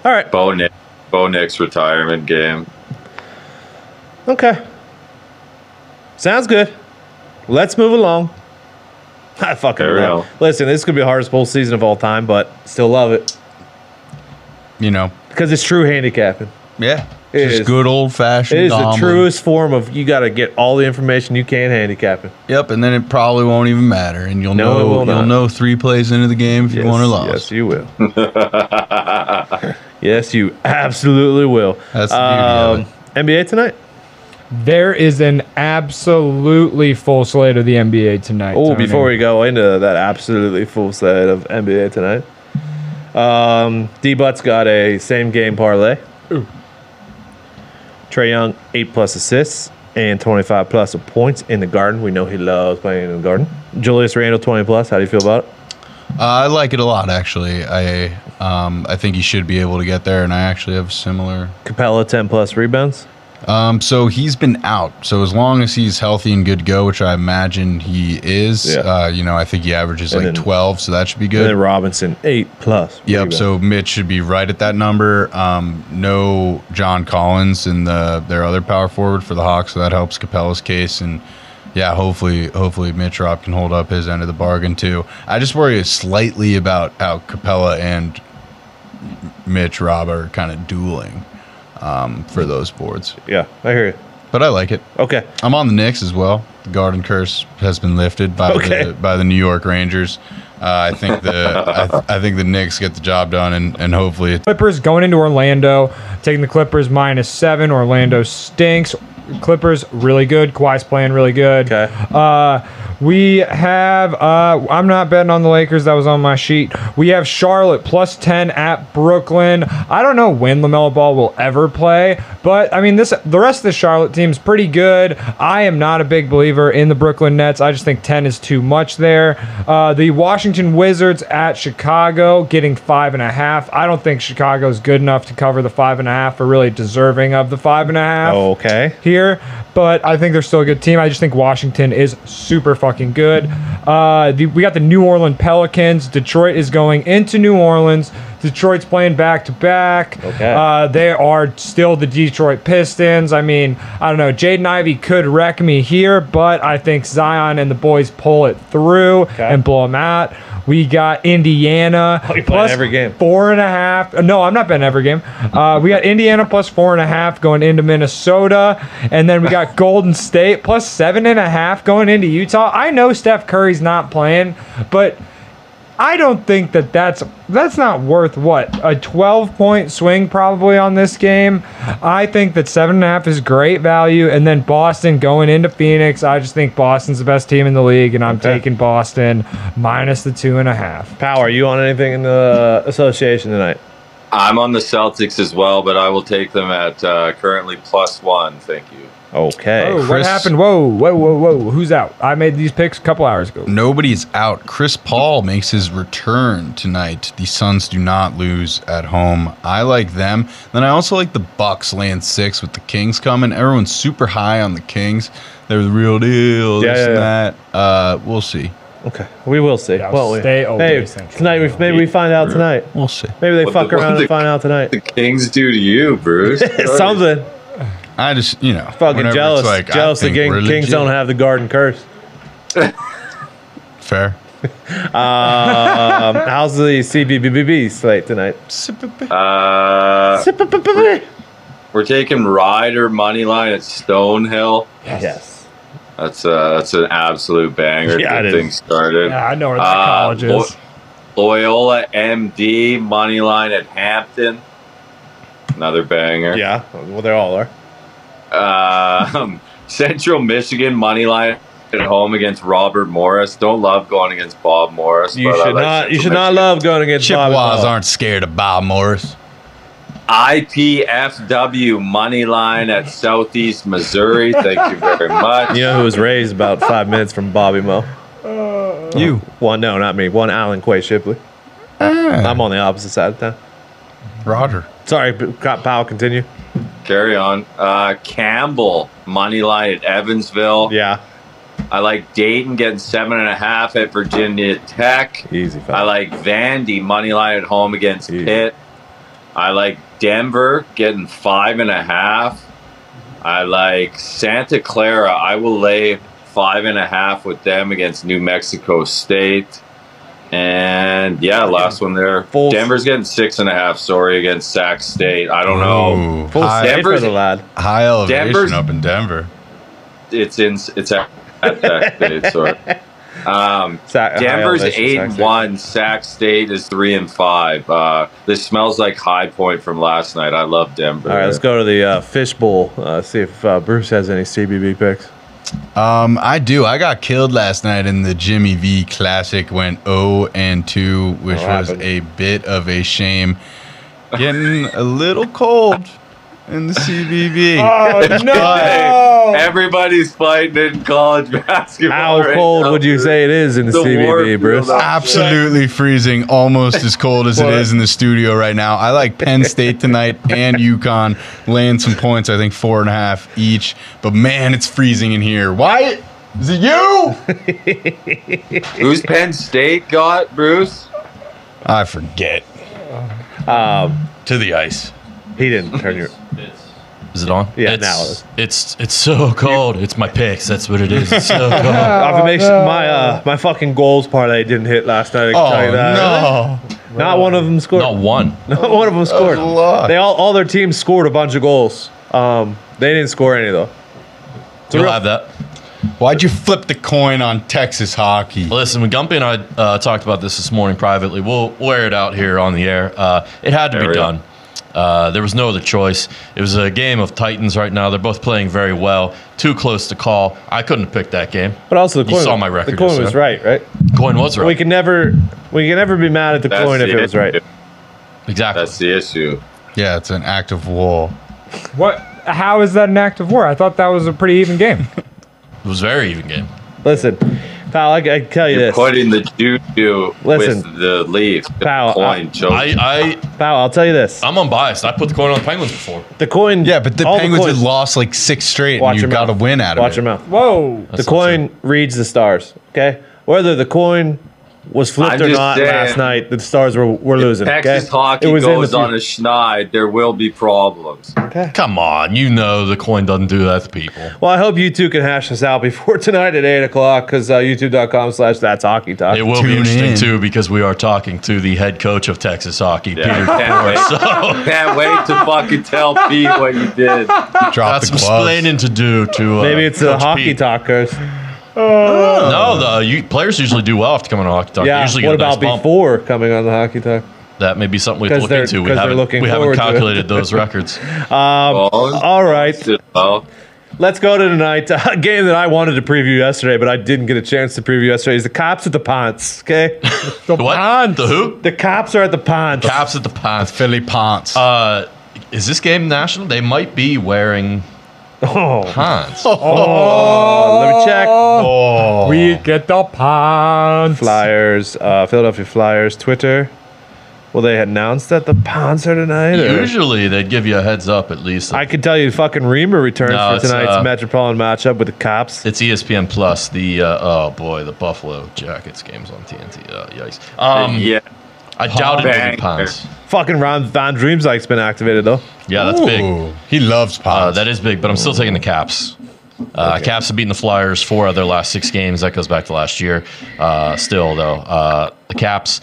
[SPEAKER 1] All right.
[SPEAKER 2] Bo Nick, Bo Nick's retirement game.
[SPEAKER 1] Okay. Sounds good. Let's move along. <laughs> I fucking
[SPEAKER 2] There we
[SPEAKER 1] love.
[SPEAKER 2] go.
[SPEAKER 1] Listen, this could be the hardest bowl season of all time, but still love it
[SPEAKER 3] You know,
[SPEAKER 1] because it's true handicapping.
[SPEAKER 3] yeah.
[SPEAKER 1] It
[SPEAKER 3] just
[SPEAKER 1] is-
[SPEAKER 3] good old fashioned.
[SPEAKER 1] It is the truest form of you got to get all the information you can handicapping.
[SPEAKER 3] Yep, and then it probably won't even matter, and you'll
[SPEAKER 1] No, it
[SPEAKER 3] know
[SPEAKER 1] will
[SPEAKER 3] you'll
[SPEAKER 1] not.
[SPEAKER 3] know three plays into the game if you won or
[SPEAKER 1] yes,
[SPEAKER 3] lost.
[SPEAKER 1] you
[SPEAKER 2] <laughs>
[SPEAKER 1] will. yes, you absolutely will. Um,
[SPEAKER 3] That's the beauty of it.
[SPEAKER 1] NBA tonight.
[SPEAKER 4] There is an absolutely full slate of the NBA tonight.
[SPEAKER 1] Oh,
[SPEAKER 4] Tony.
[SPEAKER 1] before we go into that absolutely full set of NBA tonight, um, D Butt's got a same game parlay. Trey Young, eight plus assists and 25 plus of points in the garden. We know he loves playing in the garden. Julius Randle, 20 plus. How do you feel about it?
[SPEAKER 3] Uh, I like it a lot, actually. I um, I think he should be able to get there, and I actually have similar.
[SPEAKER 1] Capella, 10 plus rebounds.
[SPEAKER 3] Um, so he's been out. So as long as he's healthy and good to go, which I imagine he is,
[SPEAKER 1] Yeah.
[SPEAKER 3] uh, you know, I think he averages
[SPEAKER 1] And
[SPEAKER 3] like
[SPEAKER 1] then-
[SPEAKER 3] twelve, so that should be
[SPEAKER 1] And
[SPEAKER 3] good.
[SPEAKER 1] then Robinson, eight plus.
[SPEAKER 3] Yep.
[SPEAKER 1] rebounds.
[SPEAKER 3] So Mitch should be right at that number. Um, no John Collins in the their other power forward for the Hawks, so that helps Capella's case. And yeah, hopefully, hopefully Mitch Rob can hold up his end of the bargain too. I just worry slightly about how Capella and Mitch Rob are kind of dueling um, for those boards,
[SPEAKER 1] yeah, I hear you.
[SPEAKER 3] but I like it.
[SPEAKER 1] Okay.
[SPEAKER 3] I'm on the Knicks as well. The Garden Curse has been lifted by
[SPEAKER 1] Okay.
[SPEAKER 3] the by the New York Rangers. Uh, I think the I, th- I think the Knicks get the job done, and, and hopefully it's
[SPEAKER 4] Clippers going into Orlando, taking the Clippers minus seven. Orlando stinks. Clippers really good. Kawhi's playing really good.
[SPEAKER 1] Okay.
[SPEAKER 4] Uh, We have. Uh, I'm not betting on the Lakers. That was on my sheet. We have Charlotte plus ten at Brooklyn. I don't know when Lamelo Ball will ever play, but I mean this. The rest of the Charlotte team's pretty good. I am not a big believer in the Brooklyn Nets. I just think ten is too much there. Uh, the Washington Wizards at Chicago getting five and a half. I don't think Chicago's good enough to cover the five and a half or really deserving of the five and a half
[SPEAKER 1] Oh, Okay.
[SPEAKER 4] here, but I think they're still a good team. I just think Washington is super fucking good. Uh, the, we got the New Orleans Pelicans. Detroit is going into New Orleans. Detroit's playing back to back.
[SPEAKER 1] Okay.
[SPEAKER 4] Uh, they are still the Detroit Pistons. I mean, I don't know. Jaden Ivey could wreck me here, but I think Zion and the boys pull it through and blow them out. We got Indiana
[SPEAKER 1] you're playing every game.
[SPEAKER 4] four and a half. uh, No, I'm not betting every game. Uh, we got Indiana plus four and a half going into Minnesota, and then we
[SPEAKER 1] <laughs>
[SPEAKER 4] got Golden State plus seven and a half going into Utah. I know Steph Curry's not playing, but I don't think that that's that's not worth what a 12 point swing probably on this game. I think that seven and a half is great value, and then Boston going into Phoenix. I just think Boston's the best team in the league, and I'm
[SPEAKER 1] Okay.
[SPEAKER 4] taking Boston minus the two and a half.
[SPEAKER 1] Power, are you on anything in the association tonight?
[SPEAKER 2] I'm on the Celtics as well, but I will take them at uh, currently plus one. Thank you.
[SPEAKER 1] Okay.
[SPEAKER 4] Oh, what
[SPEAKER 3] Chris-
[SPEAKER 4] happened? Whoa, whoa, whoa, whoa. Who's out? I made these picks a couple hours ago.
[SPEAKER 3] Nobody's out. Chris Paul makes his return tonight. The Suns do not lose at home. I like them. Then I also like the Bucks laying six with the Kings coming. Everyone's super high on the Kings. They're the real deal.
[SPEAKER 1] Yeah,
[SPEAKER 3] this
[SPEAKER 1] yeah,
[SPEAKER 3] and
[SPEAKER 1] yeah.
[SPEAKER 3] that. Uh, we'll see.
[SPEAKER 1] Okay. We will see.
[SPEAKER 4] Yeah,
[SPEAKER 1] won't we?
[SPEAKER 4] stay over
[SPEAKER 1] Hey,
[SPEAKER 4] these things.
[SPEAKER 1] tonight we maybe we find out tonight.
[SPEAKER 3] We'll see.
[SPEAKER 1] Maybe they
[SPEAKER 2] What
[SPEAKER 1] fuck
[SPEAKER 2] the-
[SPEAKER 1] around
[SPEAKER 2] what
[SPEAKER 1] and
[SPEAKER 2] the-
[SPEAKER 1] find out tonight.
[SPEAKER 2] The Kings do to you,
[SPEAKER 4] <laughs>
[SPEAKER 2] Bruce.
[SPEAKER 1] Something.
[SPEAKER 3] I just you know
[SPEAKER 1] Fucking
[SPEAKER 3] whenever it's
[SPEAKER 1] jealous.
[SPEAKER 3] like, I
[SPEAKER 1] jealous the
[SPEAKER 3] think
[SPEAKER 1] King,
[SPEAKER 3] we're
[SPEAKER 1] Kings
[SPEAKER 3] legit.
[SPEAKER 1] don't have the garden curse.
[SPEAKER 3] fair.
[SPEAKER 1] Um, how's the CBBBB slate tonight?
[SPEAKER 2] Uh,
[SPEAKER 1] Yes.
[SPEAKER 2] we're taking Ryder money line at Stonehill. That's uh, that's an absolute banger.
[SPEAKER 1] Yeah,
[SPEAKER 2] Good
[SPEAKER 1] it
[SPEAKER 2] thing
[SPEAKER 1] is.
[SPEAKER 2] started.
[SPEAKER 4] Yeah, I know where that
[SPEAKER 2] Uh,
[SPEAKER 4] college is.
[SPEAKER 2] Lo- Loyola MD money line at Hampton. Another banger.
[SPEAKER 1] Yeah. Well, they all are.
[SPEAKER 2] Um, <laughs> Central Michigan money line at home against Robert Morris. Don't love going against Bob Morris.
[SPEAKER 1] You
[SPEAKER 2] but I
[SPEAKER 1] should not.
[SPEAKER 2] like
[SPEAKER 1] You
[SPEAKER 2] Central
[SPEAKER 1] should not
[SPEAKER 2] Michigan.
[SPEAKER 1] love going against Bobby
[SPEAKER 3] Chippewas
[SPEAKER 1] Ball.
[SPEAKER 3] aren't scared of Bob Morris.
[SPEAKER 2] IPFW money line at Southeast Missouri. Thank you
[SPEAKER 1] <laughs>
[SPEAKER 2] very much.
[SPEAKER 1] You know who was raised about five minutes from Bobby Mo?
[SPEAKER 3] You.
[SPEAKER 1] One, no, not me. One, Alan Quay Shipley.
[SPEAKER 3] Ah.
[SPEAKER 1] I'm on the opposite side of town.
[SPEAKER 3] Roger.
[SPEAKER 1] Sorry, B- Cop Powell, continue.
[SPEAKER 2] Carry on. Uh, Campbell money line at Evansville.
[SPEAKER 1] Yeah,
[SPEAKER 2] I like Dayton getting seven and a half at Virginia Tech.
[SPEAKER 1] easy.
[SPEAKER 2] I
[SPEAKER 1] Fella.
[SPEAKER 2] like Vandy money line at home against
[SPEAKER 1] Yeah.
[SPEAKER 2] Pitt. I like Denver getting five and a half. I like Santa Clara. I will lay five and a half with them against New Mexico State. And yeah, last one there.
[SPEAKER 1] Full-
[SPEAKER 2] Denver's getting six and a half. Sorry against Sac State. I don't know.
[SPEAKER 3] Ooh,
[SPEAKER 1] Full
[SPEAKER 3] high,
[SPEAKER 1] state for
[SPEAKER 2] Denver's-
[SPEAKER 1] the lad.
[SPEAKER 3] high elevation
[SPEAKER 2] Denver's-
[SPEAKER 3] up in Denver.
[SPEAKER 2] It's in. It's at, at Sac State. Sorry. Um,
[SPEAKER 1] Sa- high
[SPEAKER 2] Denver's
[SPEAKER 1] elevation
[SPEAKER 2] eight and
[SPEAKER 1] section.
[SPEAKER 2] one. Sac State is three and five. Uh, this smells like High Point from last night. I love Denver.
[SPEAKER 1] All right, let's go to the uh, fishbowl. Uh, see if uh, Bruce has any CBB picks.
[SPEAKER 3] Um, I do. I got killed last night in the Jimmy V Classic. Went 0 and 2, which
[SPEAKER 1] What
[SPEAKER 3] was
[SPEAKER 1] happened?
[SPEAKER 3] a bit of a shame. Getting a little cold in the CVV.
[SPEAKER 1] <laughs>
[SPEAKER 4] Oh,
[SPEAKER 1] Oh!
[SPEAKER 2] Hey,
[SPEAKER 4] no.
[SPEAKER 2] everybody's fighting in college <laughs> basketball.
[SPEAKER 1] How
[SPEAKER 2] right
[SPEAKER 1] cold
[SPEAKER 2] now,
[SPEAKER 1] would you
[SPEAKER 2] Bruce.
[SPEAKER 1] say it is in the,
[SPEAKER 2] The
[SPEAKER 1] CBB,
[SPEAKER 2] Warfield
[SPEAKER 1] Bruce?
[SPEAKER 2] up-
[SPEAKER 3] Absolutely freezing, almost as cold as it is in the studio right now. I like Penn State tonight and UConn laying some points. I think four and a half each. But man, it's freezing in here. Why? Is it you?
[SPEAKER 2] Who's Penn State got, Bruce?
[SPEAKER 3] I forget.
[SPEAKER 1] Um,
[SPEAKER 5] to the ice.
[SPEAKER 1] he didn't turn
[SPEAKER 3] <laughs>
[SPEAKER 1] your.
[SPEAKER 5] Is it on?
[SPEAKER 1] Yeah,
[SPEAKER 5] it's,
[SPEAKER 1] now it is.
[SPEAKER 5] It's it's so cold. It's my picks. That's what it is. It's so
[SPEAKER 3] Oh,
[SPEAKER 5] cold.
[SPEAKER 1] I've been making- My uh, my fucking goals parlay didn't hit last night. I can tell
[SPEAKER 3] Oh
[SPEAKER 1] you that.
[SPEAKER 3] no!
[SPEAKER 1] Not one of them scored.
[SPEAKER 5] <laughs> Not one.
[SPEAKER 1] <laughs> Not one of them scored.
[SPEAKER 3] a lot.
[SPEAKER 1] They all all their teams scored a bunch of goals. Um, they didn't score any though.
[SPEAKER 5] You'll
[SPEAKER 1] real-
[SPEAKER 5] have that.
[SPEAKER 3] Why'd you flip the coin on Texas hockey?
[SPEAKER 5] Listen, when Gumpy and I uh, talked about this this morning privately, we'll wear it out here on the air. Uh, it had to
[SPEAKER 2] There
[SPEAKER 5] be
[SPEAKER 2] we go.
[SPEAKER 5] done. Uh, there was no other choice. It was a game of Titans right now. They're both playing very well. Too close to call. I couldn't have picked that game.
[SPEAKER 1] But also the
[SPEAKER 5] You
[SPEAKER 1] coin.
[SPEAKER 5] saw my record
[SPEAKER 1] The coin
[SPEAKER 5] yesterday.
[SPEAKER 1] was right, right?
[SPEAKER 5] Coin was right.
[SPEAKER 1] We can never we can never be mad at the
[SPEAKER 2] That's
[SPEAKER 1] coin if
[SPEAKER 2] the
[SPEAKER 1] it was right.
[SPEAKER 2] issue.
[SPEAKER 5] exactly.
[SPEAKER 2] That's the issue.
[SPEAKER 3] Yeah, it's an act of war.
[SPEAKER 4] What? How is that an act of war? I thought that was a pretty
[SPEAKER 3] <laughs>
[SPEAKER 4] even game.
[SPEAKER 5] It was a very even game.
[SPEAKER 1] Listen, pal, I, I can tell you
[SPEAKER 2] You're
[SPEAKER 1] this,
[SPEAKER 2] putting the juju
[SPEAKER 1] Listen.
[SPEAKER 2] with the leaf.
[SPEAKER 1] Pow,
[SPEAKER 2] coin, Joe.
[SPEAKER 5] I,
[SPEAKER 1] pal. I'll tell you this.
[SPEAKER 5] I, I'm unbiased. I put the coin on the Penguins before.
[SPEAKER 1] The coin.
[SPEAKER 3] Yeah, but the
[SPEAKER 1] all
[SPEAKER 3] Penguins
[SPEAKER 1] coins-
[SPEAKER 3] had lost like six straight,
[SPEAKER 1] Watch
[SPEAKER 3] and you
[SPEAKER 1] your
[SPEAKER 3] got to
[SPEAKER 1] mouth.
[SPEAKER 3] win out of
[SPEAKER 1] Watch
[SPEAKER 3] it.
[SPEAKER 1] your mouth.
[SPEAKER 4] Whoa.
[SPEAKER 1] The
[SPEAKER 5] That's not
[SPEAKER 1] coin reads the stars. Okay, whether the coin was flipped
[SPEAKER 2] I'm
[SPEAKER 1] or
[SPEAKER 2] just
[SPEAKER 1] not
[SPEAKER 2] saying,
[SPEAKER 1] last night, the stars were were losing.
[SPEAKER 2] Texas
[SPEAKER 1] okay?
[SPEAKER 2] hockey
[SPEAKER 1] It was in the
[SPEAKER 2] goes
[SPEAKER 1] fu-
[SPEAKER 2] on a schneid. There will be problems.
[SPEAKER 5] Come on, you know the coin doesn't do that to people.
[SPEAKER 1] Well, I hope you two can hash this out before <laughs> tonight at eight o'clock because uh, YouTube.com slash That's Hockey Talk.
[SPEAKER 5] It will
[SPEAKER 3] Tune
[SPEAKER 5] be interesting
[SPEAKER 3] in.
[SPEAKER 5] too because we are talking to the head coach of Texas hockey,
[SPEAKER 2] Yeah,
[SPEAKER 1] <laughs>
[SPEAKER 5] Peter.
[SPEAKER 2] can't, wait,
[SPEAKER 5] So
[SPEAKER 2] can't wait to fucking tell Pete what you
[SPEAKER 1] <laughs>
[SPEAKER 2] did.
[SPEAKER 1] Um,
[SPEAKER 3] Drop
[SPEAKER 5] got
[SPEAKER 3] the
[SPEAKER 5] some
[SPEAKER 3] gloves.
[SPEAKER 5] explaining to do to. Uh,
[SPEAKER 1] Maybe it's the
[SPEAKER 5] Coach
[SPEAKER 1] hockey
[SPEAKER 5] Pete.
[SPEAKER 1] talk curse.
[SPEAKER 5] No, the you, players usually do well after coming on hockey talk. They
[SPEAKER 1] Yeah.
[SPEAKER 5] usually get
[SPEAKER 1] what
[SPEAKER 5] a nice
[SPEAKER 1] about
[SPEAKER 5] bump.
[SPEAKER 1] before coming on the hockey talk?
[SPEAKER 5] That may be something we have to
[SPEAKER 1] 'Cause
[SPEAKER 5] look
[SPEAKER 1] they're-
[SPEAKER 5] into.
[SPEAKER 1] 'cause
[SPEAKER 5] We
[SPEAKER 1] they're
[SPEAKER 5] haven't
[SPEAKER 1] looking
[SPEAKER 5] we haven't
[SPEAKER 1] forward to it.
[SPEAKER 5] calculated
[SPEAKER 1] <laughs>
[SPEAKER 5] those records.
[SPEAKER 2] Bones,
[SPEAKER 1] All right.
[SPEAKER 2] well,
[SPEAKER 1] Let's go to tonight. <laughs> A game that I wanted to preview yesterday, but I didn't get a chance to preview yesterday is the cops at the ponds. Okay.
[SPEAKER 5] The what? The who?
[SPEAKER 1] the cops are at the ponds.
[SPEAKER 5] Caps at the Pats.
[SPEAKER 3] Philly Ponce.
[SPEAKER 5] Uh, is this game national? They might be wearing
[SPEAKER 1] Oh.
[SPEAKER 5] Hans.
[SPEAKER 1] Uh, let me check.
[SPEAKER 3] oh,
[SPEAKER 4] We get the pants.
[SPEAKER 1] Flyers, uh, Philadelphia Flyers, Twitter. Will they announce that the ponds are tonight? or-
[SPEAKER 5] Usually they'd give you a heads up at least.
[SPEAKER 1] I can tell you fucking Reamer returns
[SPEAKER 5] No,
[SPEAKER 1] for
[SPEAKER 5] it's,
[SPEAKER 1] tonight's
[SPEAKER 5] uh,
[SPEAKER 1] Metropolitan matchup with the cops.
[SPEAKER 5] It's E ESPN Plus. The uh, oh boy, the Buffalo Jackets games on TNT. Uh, yikes. Um,
[SPEAKER 2] yeah.
[SPEAKER 5] I doubt it will be
[SPEAKER 2] Banger.
[SPEAKER 5] Pons.
[SPEAKER 1] Fucking Ron Von Dreamsdyke's been activated though.
[SPEAKER 5] Yeah, that's big.
[SPEAKER 3] Ooh, He loves
[SPEAKER 5] Uh,
[SPEAKER 3] Ponce.
[SPEAKER 5] that is big, but I'm still taking the Caps. Uh, Caps have beaten the Flyers four out of their last six games. That goes back to last year. Uh, still though, uh, the Caps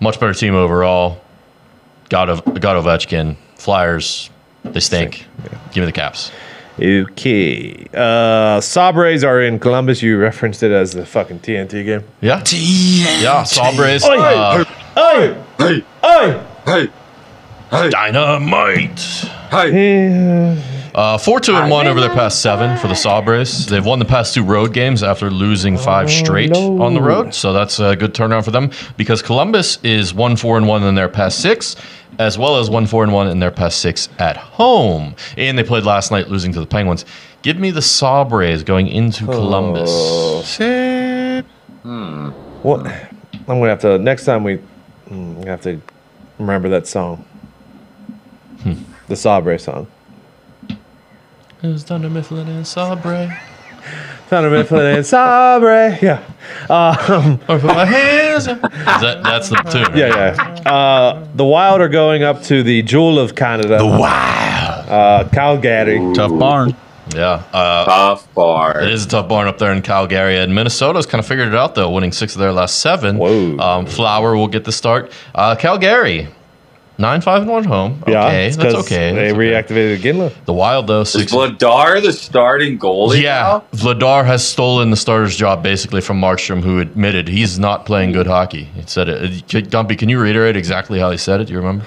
[SPEAKER 5] much better team overall. Got of got Ovechkin. Flyers, they stink. Give me the Caps.
[SPEAKER 1] Okay. Uh Sabres are in Columbus. You referenced it as the fucking TNT game.
[SPEAKER 5] Yeah, yeah. Sabres.
[SPEAKER 1] Oi.
[SPEAKER 5] Uh,
[SPEAKER 1] Oh!
[SPEAKER 2] Hey,
[SPEAKER 1] Oh!
[SPEAKER 2] hey,
[SPEAKER 5] dynamite.
[SPEAKER 2] hey.
[SPEAKER 5] Uh, four two and one over their past seven for the Sabres. They've won the past two road games after losing five straight on the road, so that's a good turnaround for them. Because Columbus is one four and one in their past six, as well as one four and one in their past six at home, and they played last night losing to the Penguins. Give me the Sabres going into Columbus.
[SPEAKER 1] What? I'm gonna have to next time we mm, we have to remember that song. The Sabre song.
[SPEAKER 5] It was Thunder Mifflin and Sabres.
[SPEAKER 1] Thunder Mifflin and Sabre. Yeah.
[SPEAKER 5] Oh, I put my hands up. Is that, that's the tune.
[SPEAKER 1] Yeah, yeah. Uh, the Wild are going up to the Jewel of Canada. The Wild. Uh, Calgary.
[SPEAKER 3] Tough barn.
[SPEAKER 5] yeah. Uh,
[SPEAKER 2] Tough bar.
[SPEAKER 5] It is a tough barn up there in Calgary, and Minnesota's kind of figured it out though, winning six of their last seven.
[SPEAKER 1] Whoa.
[SPEAKER 5] Um, Flower will get the start. Uh, Calgary, nine five and one at home.
[SPEAKER 1] Yeah,
[SPEAKER 5] okay,
[SPEAKER 1] it's
[SPEAKER 5] that's
[SPEAKER 1] 'cause
[SPEAKER 5] okay.
[SPEAKER 1] They
[SPEAKER 5] that's okay.
[SPEAKER 1] reactivated Ginla.
[SPEAKER 5] The Wild though,
[SPEAKER 2] Is
[SPEAKER 5] six.
[SPEAKER 2] Vladar the starting goalie?
[SPEAKER 5] Yeah,
[SPEAKER 2] now?
[SPEAKER 5] Vladar has stolen the starter's job basically from Markstrom, who admitted he's not playing good hockey. He said it. Uh, Dumpy, can you reiterate exactly how he said it? Do you remember?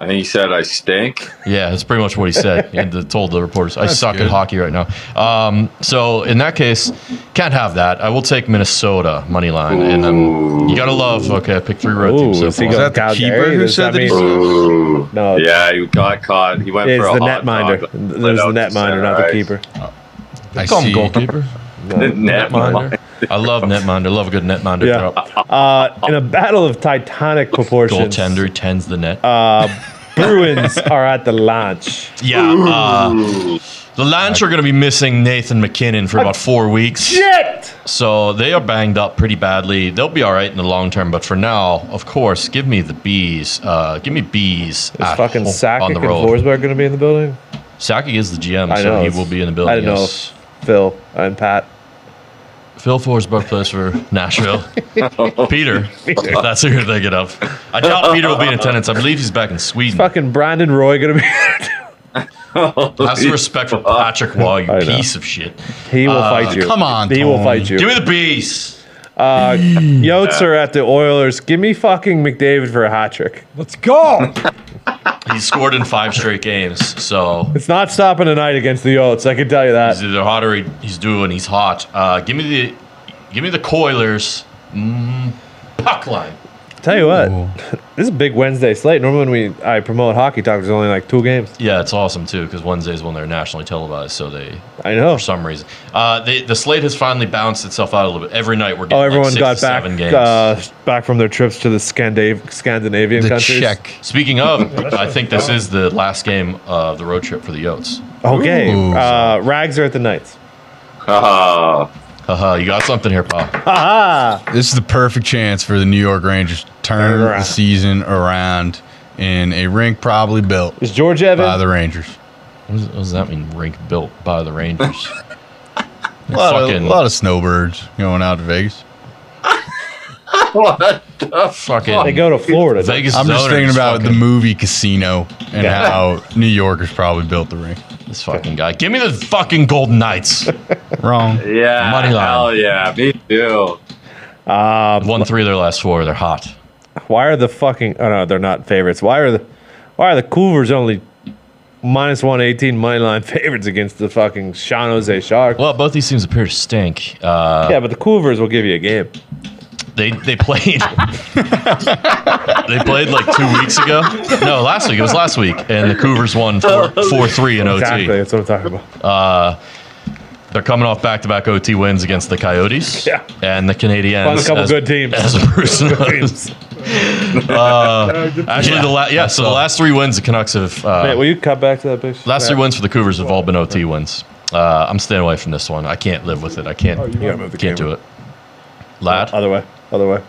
[SPEAKER 2] I think he said I stink.
[SPEAKER 5] Yeah, that's pretty much what he said. He had <laughs> told the reporters, "I suck
[SPEAKER 3] good.
[SPEAKER 5] at hockey right now." Um, so in that case, can't have that. I will take Minnesota money line, and um, you gotta love. Okay, I picked three road teams so
[SPEAKER 1] is he
[SPEAKER 5] far.
[SPEAKER 1] going
[SPEAKER 3] that the
[SPEAKER 1] Calgary?
[SPEAKER 3] keeper who
[SPEAKER 1] Does
[SPEAKER 3] said that he
[SPEAKER 1] mean-
[SPEAKER 2] Ooh.
[SPEAKER 1] No,
[SPEAKER 2] Yeah, he got caught. He went
[SPEAKER 1] it's
[SPEAKER 2] for a
[SPEAKER 1] the
[SPEAKER 2] hot
[SPEAKER 1] netminder.
[SPEAKER 2] dog, but
[SPEAKER 1] There's
[SPEAKER 2] let
[SPEAKER 1] the
[SPEAKER 2] out to
[SPEAKER 1] netminder,
[SPEAKER 2] center
[SPEAKER 1] not the
[SPEAKER 2] ice.
[SPEAKER 1] keeper.
[SPEAKER 3] I
[SPEAKER 5] Call him
[SPEAKER 3] see.
[SPEAKER 5] goalkeeper.
[SPEAKER 2] The netminder.
[SPEAKER 5] Netminder. I love netminder. Love a good netminder
[SPEAKER 1] Yeah.
[SPEAKER 5] drop.
[SPEAKER 1] Uh, in a battle of titanic proportions,
[SPEAKER 5] <laughs> Goaltender tends the net.
[SPEAKER 1] Bruins are at the launch.
[SPEAKER 5] yeah. Uh, the Lions are going to be missing Nathan McKinnon for about four weeks.
[SPEAKER 1] Shit!
[SPEAKER 5] So they are banged up pretty badly. They'll be all right in the long term, but for now, of course, give me the bees. Uh, give me bees.
[SPEAKER 1] Is
[SPEAKER 5] at
[SPEAKER 1] fucking
[SPEAKER 5] home-
[SPEAKER 1] Sakic
[SPEAKER 5] Ah, on
[SPEAKER 1] and
[SPEAKER 5] the road.
[SPEAKER 1] Forsberg going to be in the building?
[SPEAKER 5] Sakic is the GM,
[SPEAKER 1] I
[SPEAKER 5] so
[SPEAKER 1] know.
[SPEAKER 5] he will be in the building.
[SPEAKER 1] I don't know
[SPEAKER 5] yes.
[SPEAKER 1] if Phil and Pat.
[SPEAKER 5] Phil Forsberg plays for
[SPEAKER 1] <laughs>
[SPEAKER 5] Nashville. Peter, that's who you're thinking of. I doubt Peter will be in attendance. I believe he's back in Sweden.
[SPEAKER 1] Fucking Brandon Roy going to be. <laughs>
[SPEAKER 5] Have some respect for Patrick Wall, you
[SPEAKER 1] I know.
[SPEAKER 5] piece of shit.
[SPEAKER 1] he
[SPEAKER 5] Ah,
[SPEAKER 1] will fight you.
[SPEAKER 3] Come on,
[SPEAKER 1] He will
[SPEAKER 3] Tony.
[SPEAKER 1] fight you.
[SPEAKER 5] Give me the bees.
[SPEAKER 1] Uh,
[SPEAKER 3] <laughs>
[SPEAKER 1] Yotes are at the Oilers. Give me fucking McDavid for a hat trick.
[SPEAKER 4] Let's go. <laughs>
[SPEAKER 5] He scored in five straight games, so
[SPEAKER 1] It's not stopping tonight against the Oats. I can tell you that.
[SPEAKER 5] he's either hot or he, he's doing. He's hot. Uh, give me the, give me the Coilers mm, puck line.
[SPEAKER 1] Tell you what, <laughs> this is a big Wednesday slate. Normally when we I promote hockey talk, there's only like two games.
[SPEAKER 5] Yeah, it's awesome too because Wednesdays when they're nationally televised, so they
[SPEAKER 1] I know.
[SPEAKER 5] for some reason uh, they, the slate has finally balanced itself out a little bit. Every night we're getting
[SPEAKER 1] Oh,
[SPEAKER 5] like,
[SPEAKER 1] everyone
[SPEAKER 5] six
[SPEAKER 1] got
[SPEAKER 5] to
[SPEAKER 1] back
[SPEAKER 5] seven games.
[SPEAKER 1] uh, back from their trips to the Scandav- Scandinavian
[SPEAKER 3] The
[SPEAKER 1] countries.
[SPEAKER 3] check.
[SPEAKER 5] Speaking of, I think this is the last game of the road trip for the Yotes.
[SPEAKER 1] Okay,
[SPEAKER 3] Ooh.
[SPEAKER 1] uh, rags are at the Knights.
[SPEAKER 2] Oh,
[SPEAKER 5] Haha, you got something
[SPEAKER 1] <laughs>
[SPEAKER 5] here, Pa.
[SPEAKER 1] Aha!
[SPEAKER 3] This is the perfect chance for the New York Rangers to turn
[SPEAKER 1] Turn around.
[SPEAKER 3] the season around in a rink probably built
[SPEAKER 1] <laughs> Is George Evan?
[SPEAKER 3] by the Rangers.
[SPEAKER 5] What does, what does that mean? Rink built by
[SPEAKER 1] <laughs>
[SPEAKER 5] the Rangers.
[SPEAKER 3] A lot, of,
[SPEAKER 5] fucking-
[SPEAKER 3] lot of snowbirds going out to Vegas.
[SPEAKER 5] Fucking
[SPEAKER 1] they go to Florida. don't
[SPEAKER 5] Vegas.
[SPEAKER 3] I'm just
[SPEAKER 5] Zoner
[SPEAKER 3] thinking about
[SPEAKER 5] fucking-
[SPEAKER 3] the movie Casino and
[SPEAKER 1] Yeah.
[SPEAKER 3] how New Yorkers probably built the rink.
[SPEAKER 5] this fucking guy. Give me the fucking
[SPEAKER 1] <laughs>
[SPEAKER 5] Golden Knights.
[SPEAKER 3] Wrong.
[SPEAKER 2] yeah.
[SPEAKER 5] Money line.
[SPEAKER 2] Hell yeah. Me too.
[SPEAKER 5] Won three of their last four. They're hot.
[SPEAKER 1] Why are the fucking? Oh no, they're not favorites. Why are the? Why are the Cougars only minus one eighteen money line <laughs> favorites against the fucking San Jose Sharks?
[SPEAKER 5] Well, both these teams appear to stink. Uh,
[SPEAKER 1] yeah, but the Cougars will give you a game.
[SPEAKER 5] They they
[SPEAKER 1] <laughs>
[SPEAKER 5] played. they played like two weeks ago. No, last week. It was last week, and the Cougars
[SPEAKER 1] <laughs>
[SPEAKER 5] won 4-3 in OT.
[SPEAKER 1] Exactly, that's what I'm talking about.
[SPEAKER 5] They're coming off back-to-back OT wins against the
[SPEAKER 1] <laughs>
[SPEAKER 5] Coyotes
[SPEAKER 1] Yeah.
[SPEAKER 5] and the Canadiens.
[SPEAKER 1] Found a couple
[SPEAKER 5] as-
[SPEAKER 1] good teams.
[SPEAKER 5] As Bruce knows.
[SPEAKER 1] Teams. <laughs>
[SPEAKER 5] Actually, the la- yeah. So the last three wins the Canucks have. Uh,
[SPEAKER 1] Hey, will you cut back to that picture?
[SPEAKER 5] last three
[SPEAKER 1] Yeah.
[SPEAKER 5] wins for the Cougars have all been OT wins. Uh, I'm staying away from this one. I can't live with it. I
[SPEAKER 4] Oh,
[SPEAKER 5] can't.
[SPEAKER 1] gotta move the
[SPEAKER 5] can't do
[SPEAKER 1] camera.
[SPEAKER 5] it. Lad,
[SPEAKER 4] Uh,
[SPEAKER 1] Other way, other way,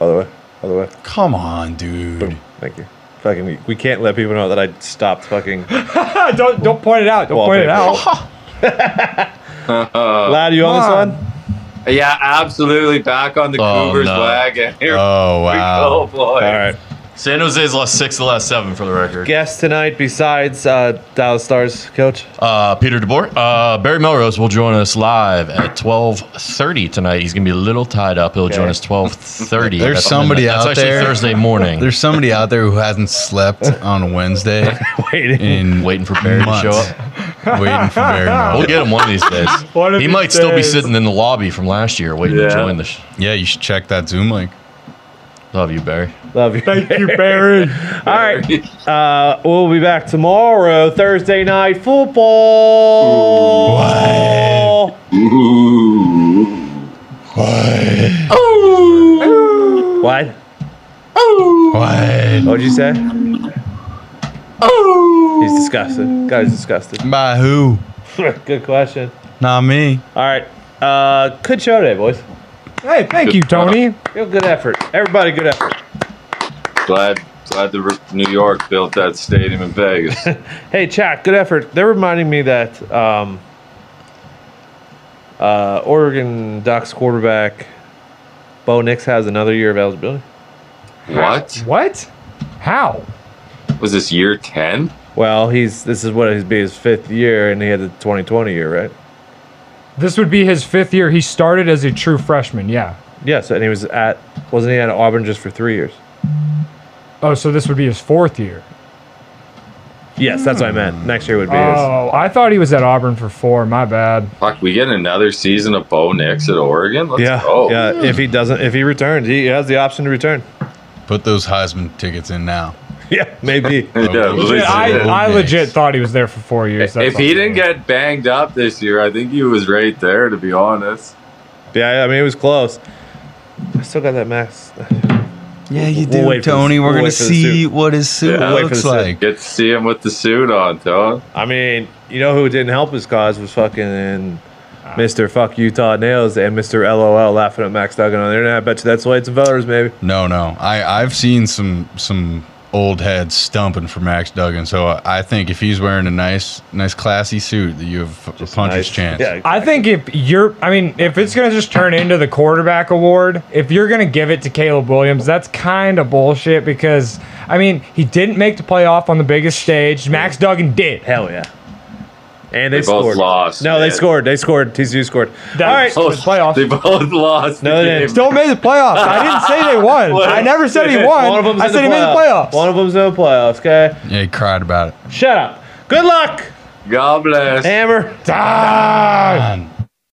[SPEAKER 1] other way, other way.
[SPEAKER 3] Come on, dude.
[SPEAKER 1] Thank you. Fucking, we can't let people know that I stopped fucking.
[SPEAKER 4] don't don't point it out. Don't point it out.
[SPEAKER 5] <laughs>
[SPEAKER 1] Wallpaper. Lad, you on this
[SPEAKER 4] Come
[SPEAKER 1] one?
[SPEAKER 2] Yeah, absolutely. Back on the
[SPEAKER 5] Oh,
[SPEAKER 2] Cougars
[SPEAKER 5] no.
[SPEAKER 2] wagon. Here
[SPEAKER 3] Oh,
[SPEAKER 2] we go,
[SPEAKER 3] wow.
[SPEAKER 2] boy.
[SPEAKER 1] All right.
[SPEAKER 5] San Jose's lost six of the last seven for the record.
[SPEAKER 1] Guest tonight besides uh, Dallas Stars coach. <laughs>
[SPEAKER 5] Uh, Peter DeBoer, uh, Barry Melrose will join us live at twelve thirty tonight. He's gonna be a little tied up. He'll join us twelve thirty.
[SPEAKER 3] <laughs> There's somebody
[SPEAKER 5] that's
[SPEAKER 3] out
[SPEAKER 5] actually
[SPEAKER 3] there.
[SPEAKER 5] Thursday morning.
[SPEAKER 3] There's somebody out there who hasn't slept on a Wednesday
[SPEAKER 5] <laughs>
[SPEAKER 1] Waiting.
[SPEAKER 3] in
[SPEAKER 5] waiting for Barry
[SPEAKER 3] months.
[SPEAKER 5] to show up.
[SPEAKER 3] Waiting for Barry. to
[SPEAKER 5] We'll get him one of these days.
[SPEAKER 4] <laughs> One of
[SPEAKER 5] he
[SPEAKER 4] these
[SPEAKER 5] might still be
[SPEAKER 4] days.
[SPEAKER 5] sitting in the lobby from last year waiting to
[SPEAKER 2] Yeah.
[SPEAKER 5] join the. Sh-
[SPEAKER 3] <laughs> Yeah, you should check that Zoom link.
[SPEAKER 5] Love you, Barry.
[SPEAKER 1] Love you.
[SPEAKER 4] Thank you,
[SPEAKER 3] <laughs>
[SPEAKER 4] Barry.
[SPEAKER 1] All right. Uh, we'll be back tomorrow, Thursday night football. What?
[SPEAKER 3] What?
[SPEAKER 1] What'd you say? Oh. He's disgusted. Guy's disgusted. <laughs>
[SPEAKER 3] By who?
[SPEAKER 1] Good question.
[SPEAKER 3] Not me.
[SPEAKER 1] All right. Uh, good show today, boys.
[SPEAKER 4] Hey, thank you,
[SPEAKER 5] <laughs>
[SPEAKER 4] Tony.
[SPEAKER 1] Real good effort. Everybody, good effort.
[SPEAKER 2] Glad, glad the R- New York built that stadium in Vegas.
[SPEAKER 5] <laughs>
[SPEAKER 1] Hey, chat, good effort. They're reminding me that um, uh, Oregon Ducks quarterback Bo Nix has another year of eligibility.
[SPEAKER 2] what?
[SPEAKER 4] What? How?
[SPEAKER 2] Was this year 10?
[SPEAKER 1] Well, he's this is what he'd be his fifth year, and he had the 2020 year, right?
[SPEAKER 4] This would be his fifth year. He started as a true freshman. Yeah.
[SPEAKER 1] Yes, and he was at wasn't he at Auburn just for three years?
[SPEAKER 4] Oh, so this would be his fourth year.
[SPEAKER 1] Yes, that's what I meant. Next year would be his.
[SPEAKER 4] Oh, I thought he was at Auburn for four. My bad.
[SPEAKER 2] Fuck, we get another season of Bo Nix at Oregon? Let's
[SPEAKER 1] Yeah,
[SPEAKER 2] go.
[SPEAKER 1] yeah. If he doesn't, if he returns, he has the option to return. <laughs>
[SPEAKER 3] Put those Heisman tickets in now.
[SPEAKER 1] Yeah, maybe.
[SPEAKER 2] <laughs> Yeah,
[SPEAKER 3] Legit,
[SPEAKER 2] listen,
[SPEAKER 4] I,
[SPEAKER 3] Bo
[SPEAKER 4] I
[SPEAKER 3] Nix.
[SPEAKER 4] legit thought he was there for four years. That's
[SPEAKER 2] if
[SPEAKER 4] all.
[SPEAKER 2] he didn't get banged up this year, I think he was right there, to be honest.
[SPEAKER 1] yeah, I mean it was close. I still got that max.
[SPEAKER 3] Yeah, you
[SPEAKER 1] We'll wait for Tony. the- We're we'll gonna wait for the see suit.
[SPEAKER 3] what his suit
[SPEAKER 2] Yeah.
[SPEAKER 1] Wait for looks the suit. like.
[SPEAKER 2] Get to see him with the suit on, Tone.
[SPEAKER 1] I mean, you know who didn't help his cause was fucking Mr. Fuck Utah Nails and Mr. LOL laughing at Max Duggan on the internet. I bet you that's why it's voters, maybe.
[SPEAKER 3] No, no. I I've seen some some old heads stumping for Max Duggan, so I, I think if he's wearing a nice nice classy suit, that you have a puncher's
[SPEAKER 1] Nice.
[SPEAKER 3] chance.
[SPEAKER 1] Yeah,
[SPEAKER 4] I think if you're, I mean, if it's going to just turn into the quarterback award, if you're going to give it to Caleb Williams, that's kind of bullshit because, I mean, he didn't make the playoff on the biggest stage. Max Duggan did.
[SPEAKER 1] hell yeah. And they,
[SPEAKER 2] They both
[SPEAKER 1] scored.
[SPEAKER 2] lost,
[SPEAKER 1] No, they
[SPEAKER 2] man.
[SPEAKER 1] scored. They scored. TCU scored.
[SPEAKER 4] That-
[SPEAKER 1] All right.
[SPEAKER 4] Oh, playoffs.
[SPEAKER 2] They both lost.
[SPEAKER 1] No,
[SPEAKER 2] the
[SPEAKER 1] they
[SPEAKER 2] game.
[SPEAKER 1] didn't.
[SPEAKER 4] Still made the playoffs. I didn't say
[SPEAKER 1] <laughs>
[SPEAKER 4] they won. I never said he won.
[SPEAKER 1] One of them's
[SPEAKER 4] I
[SPEAKER 1] in
[SPEAKER 4] said he made the playoffs.
[SPEAKER 1] One of them's in the playoffs. Okay.
[SPEAKER 3] Yeah, he cried about it.
[SPEAKER 1] Shut up. Good luck,
[SPEAKER 2] God bless.
[SPEAKER 1] Hammer.
[SPEAKER 4] Ah,
[SPEAKER 3] Man.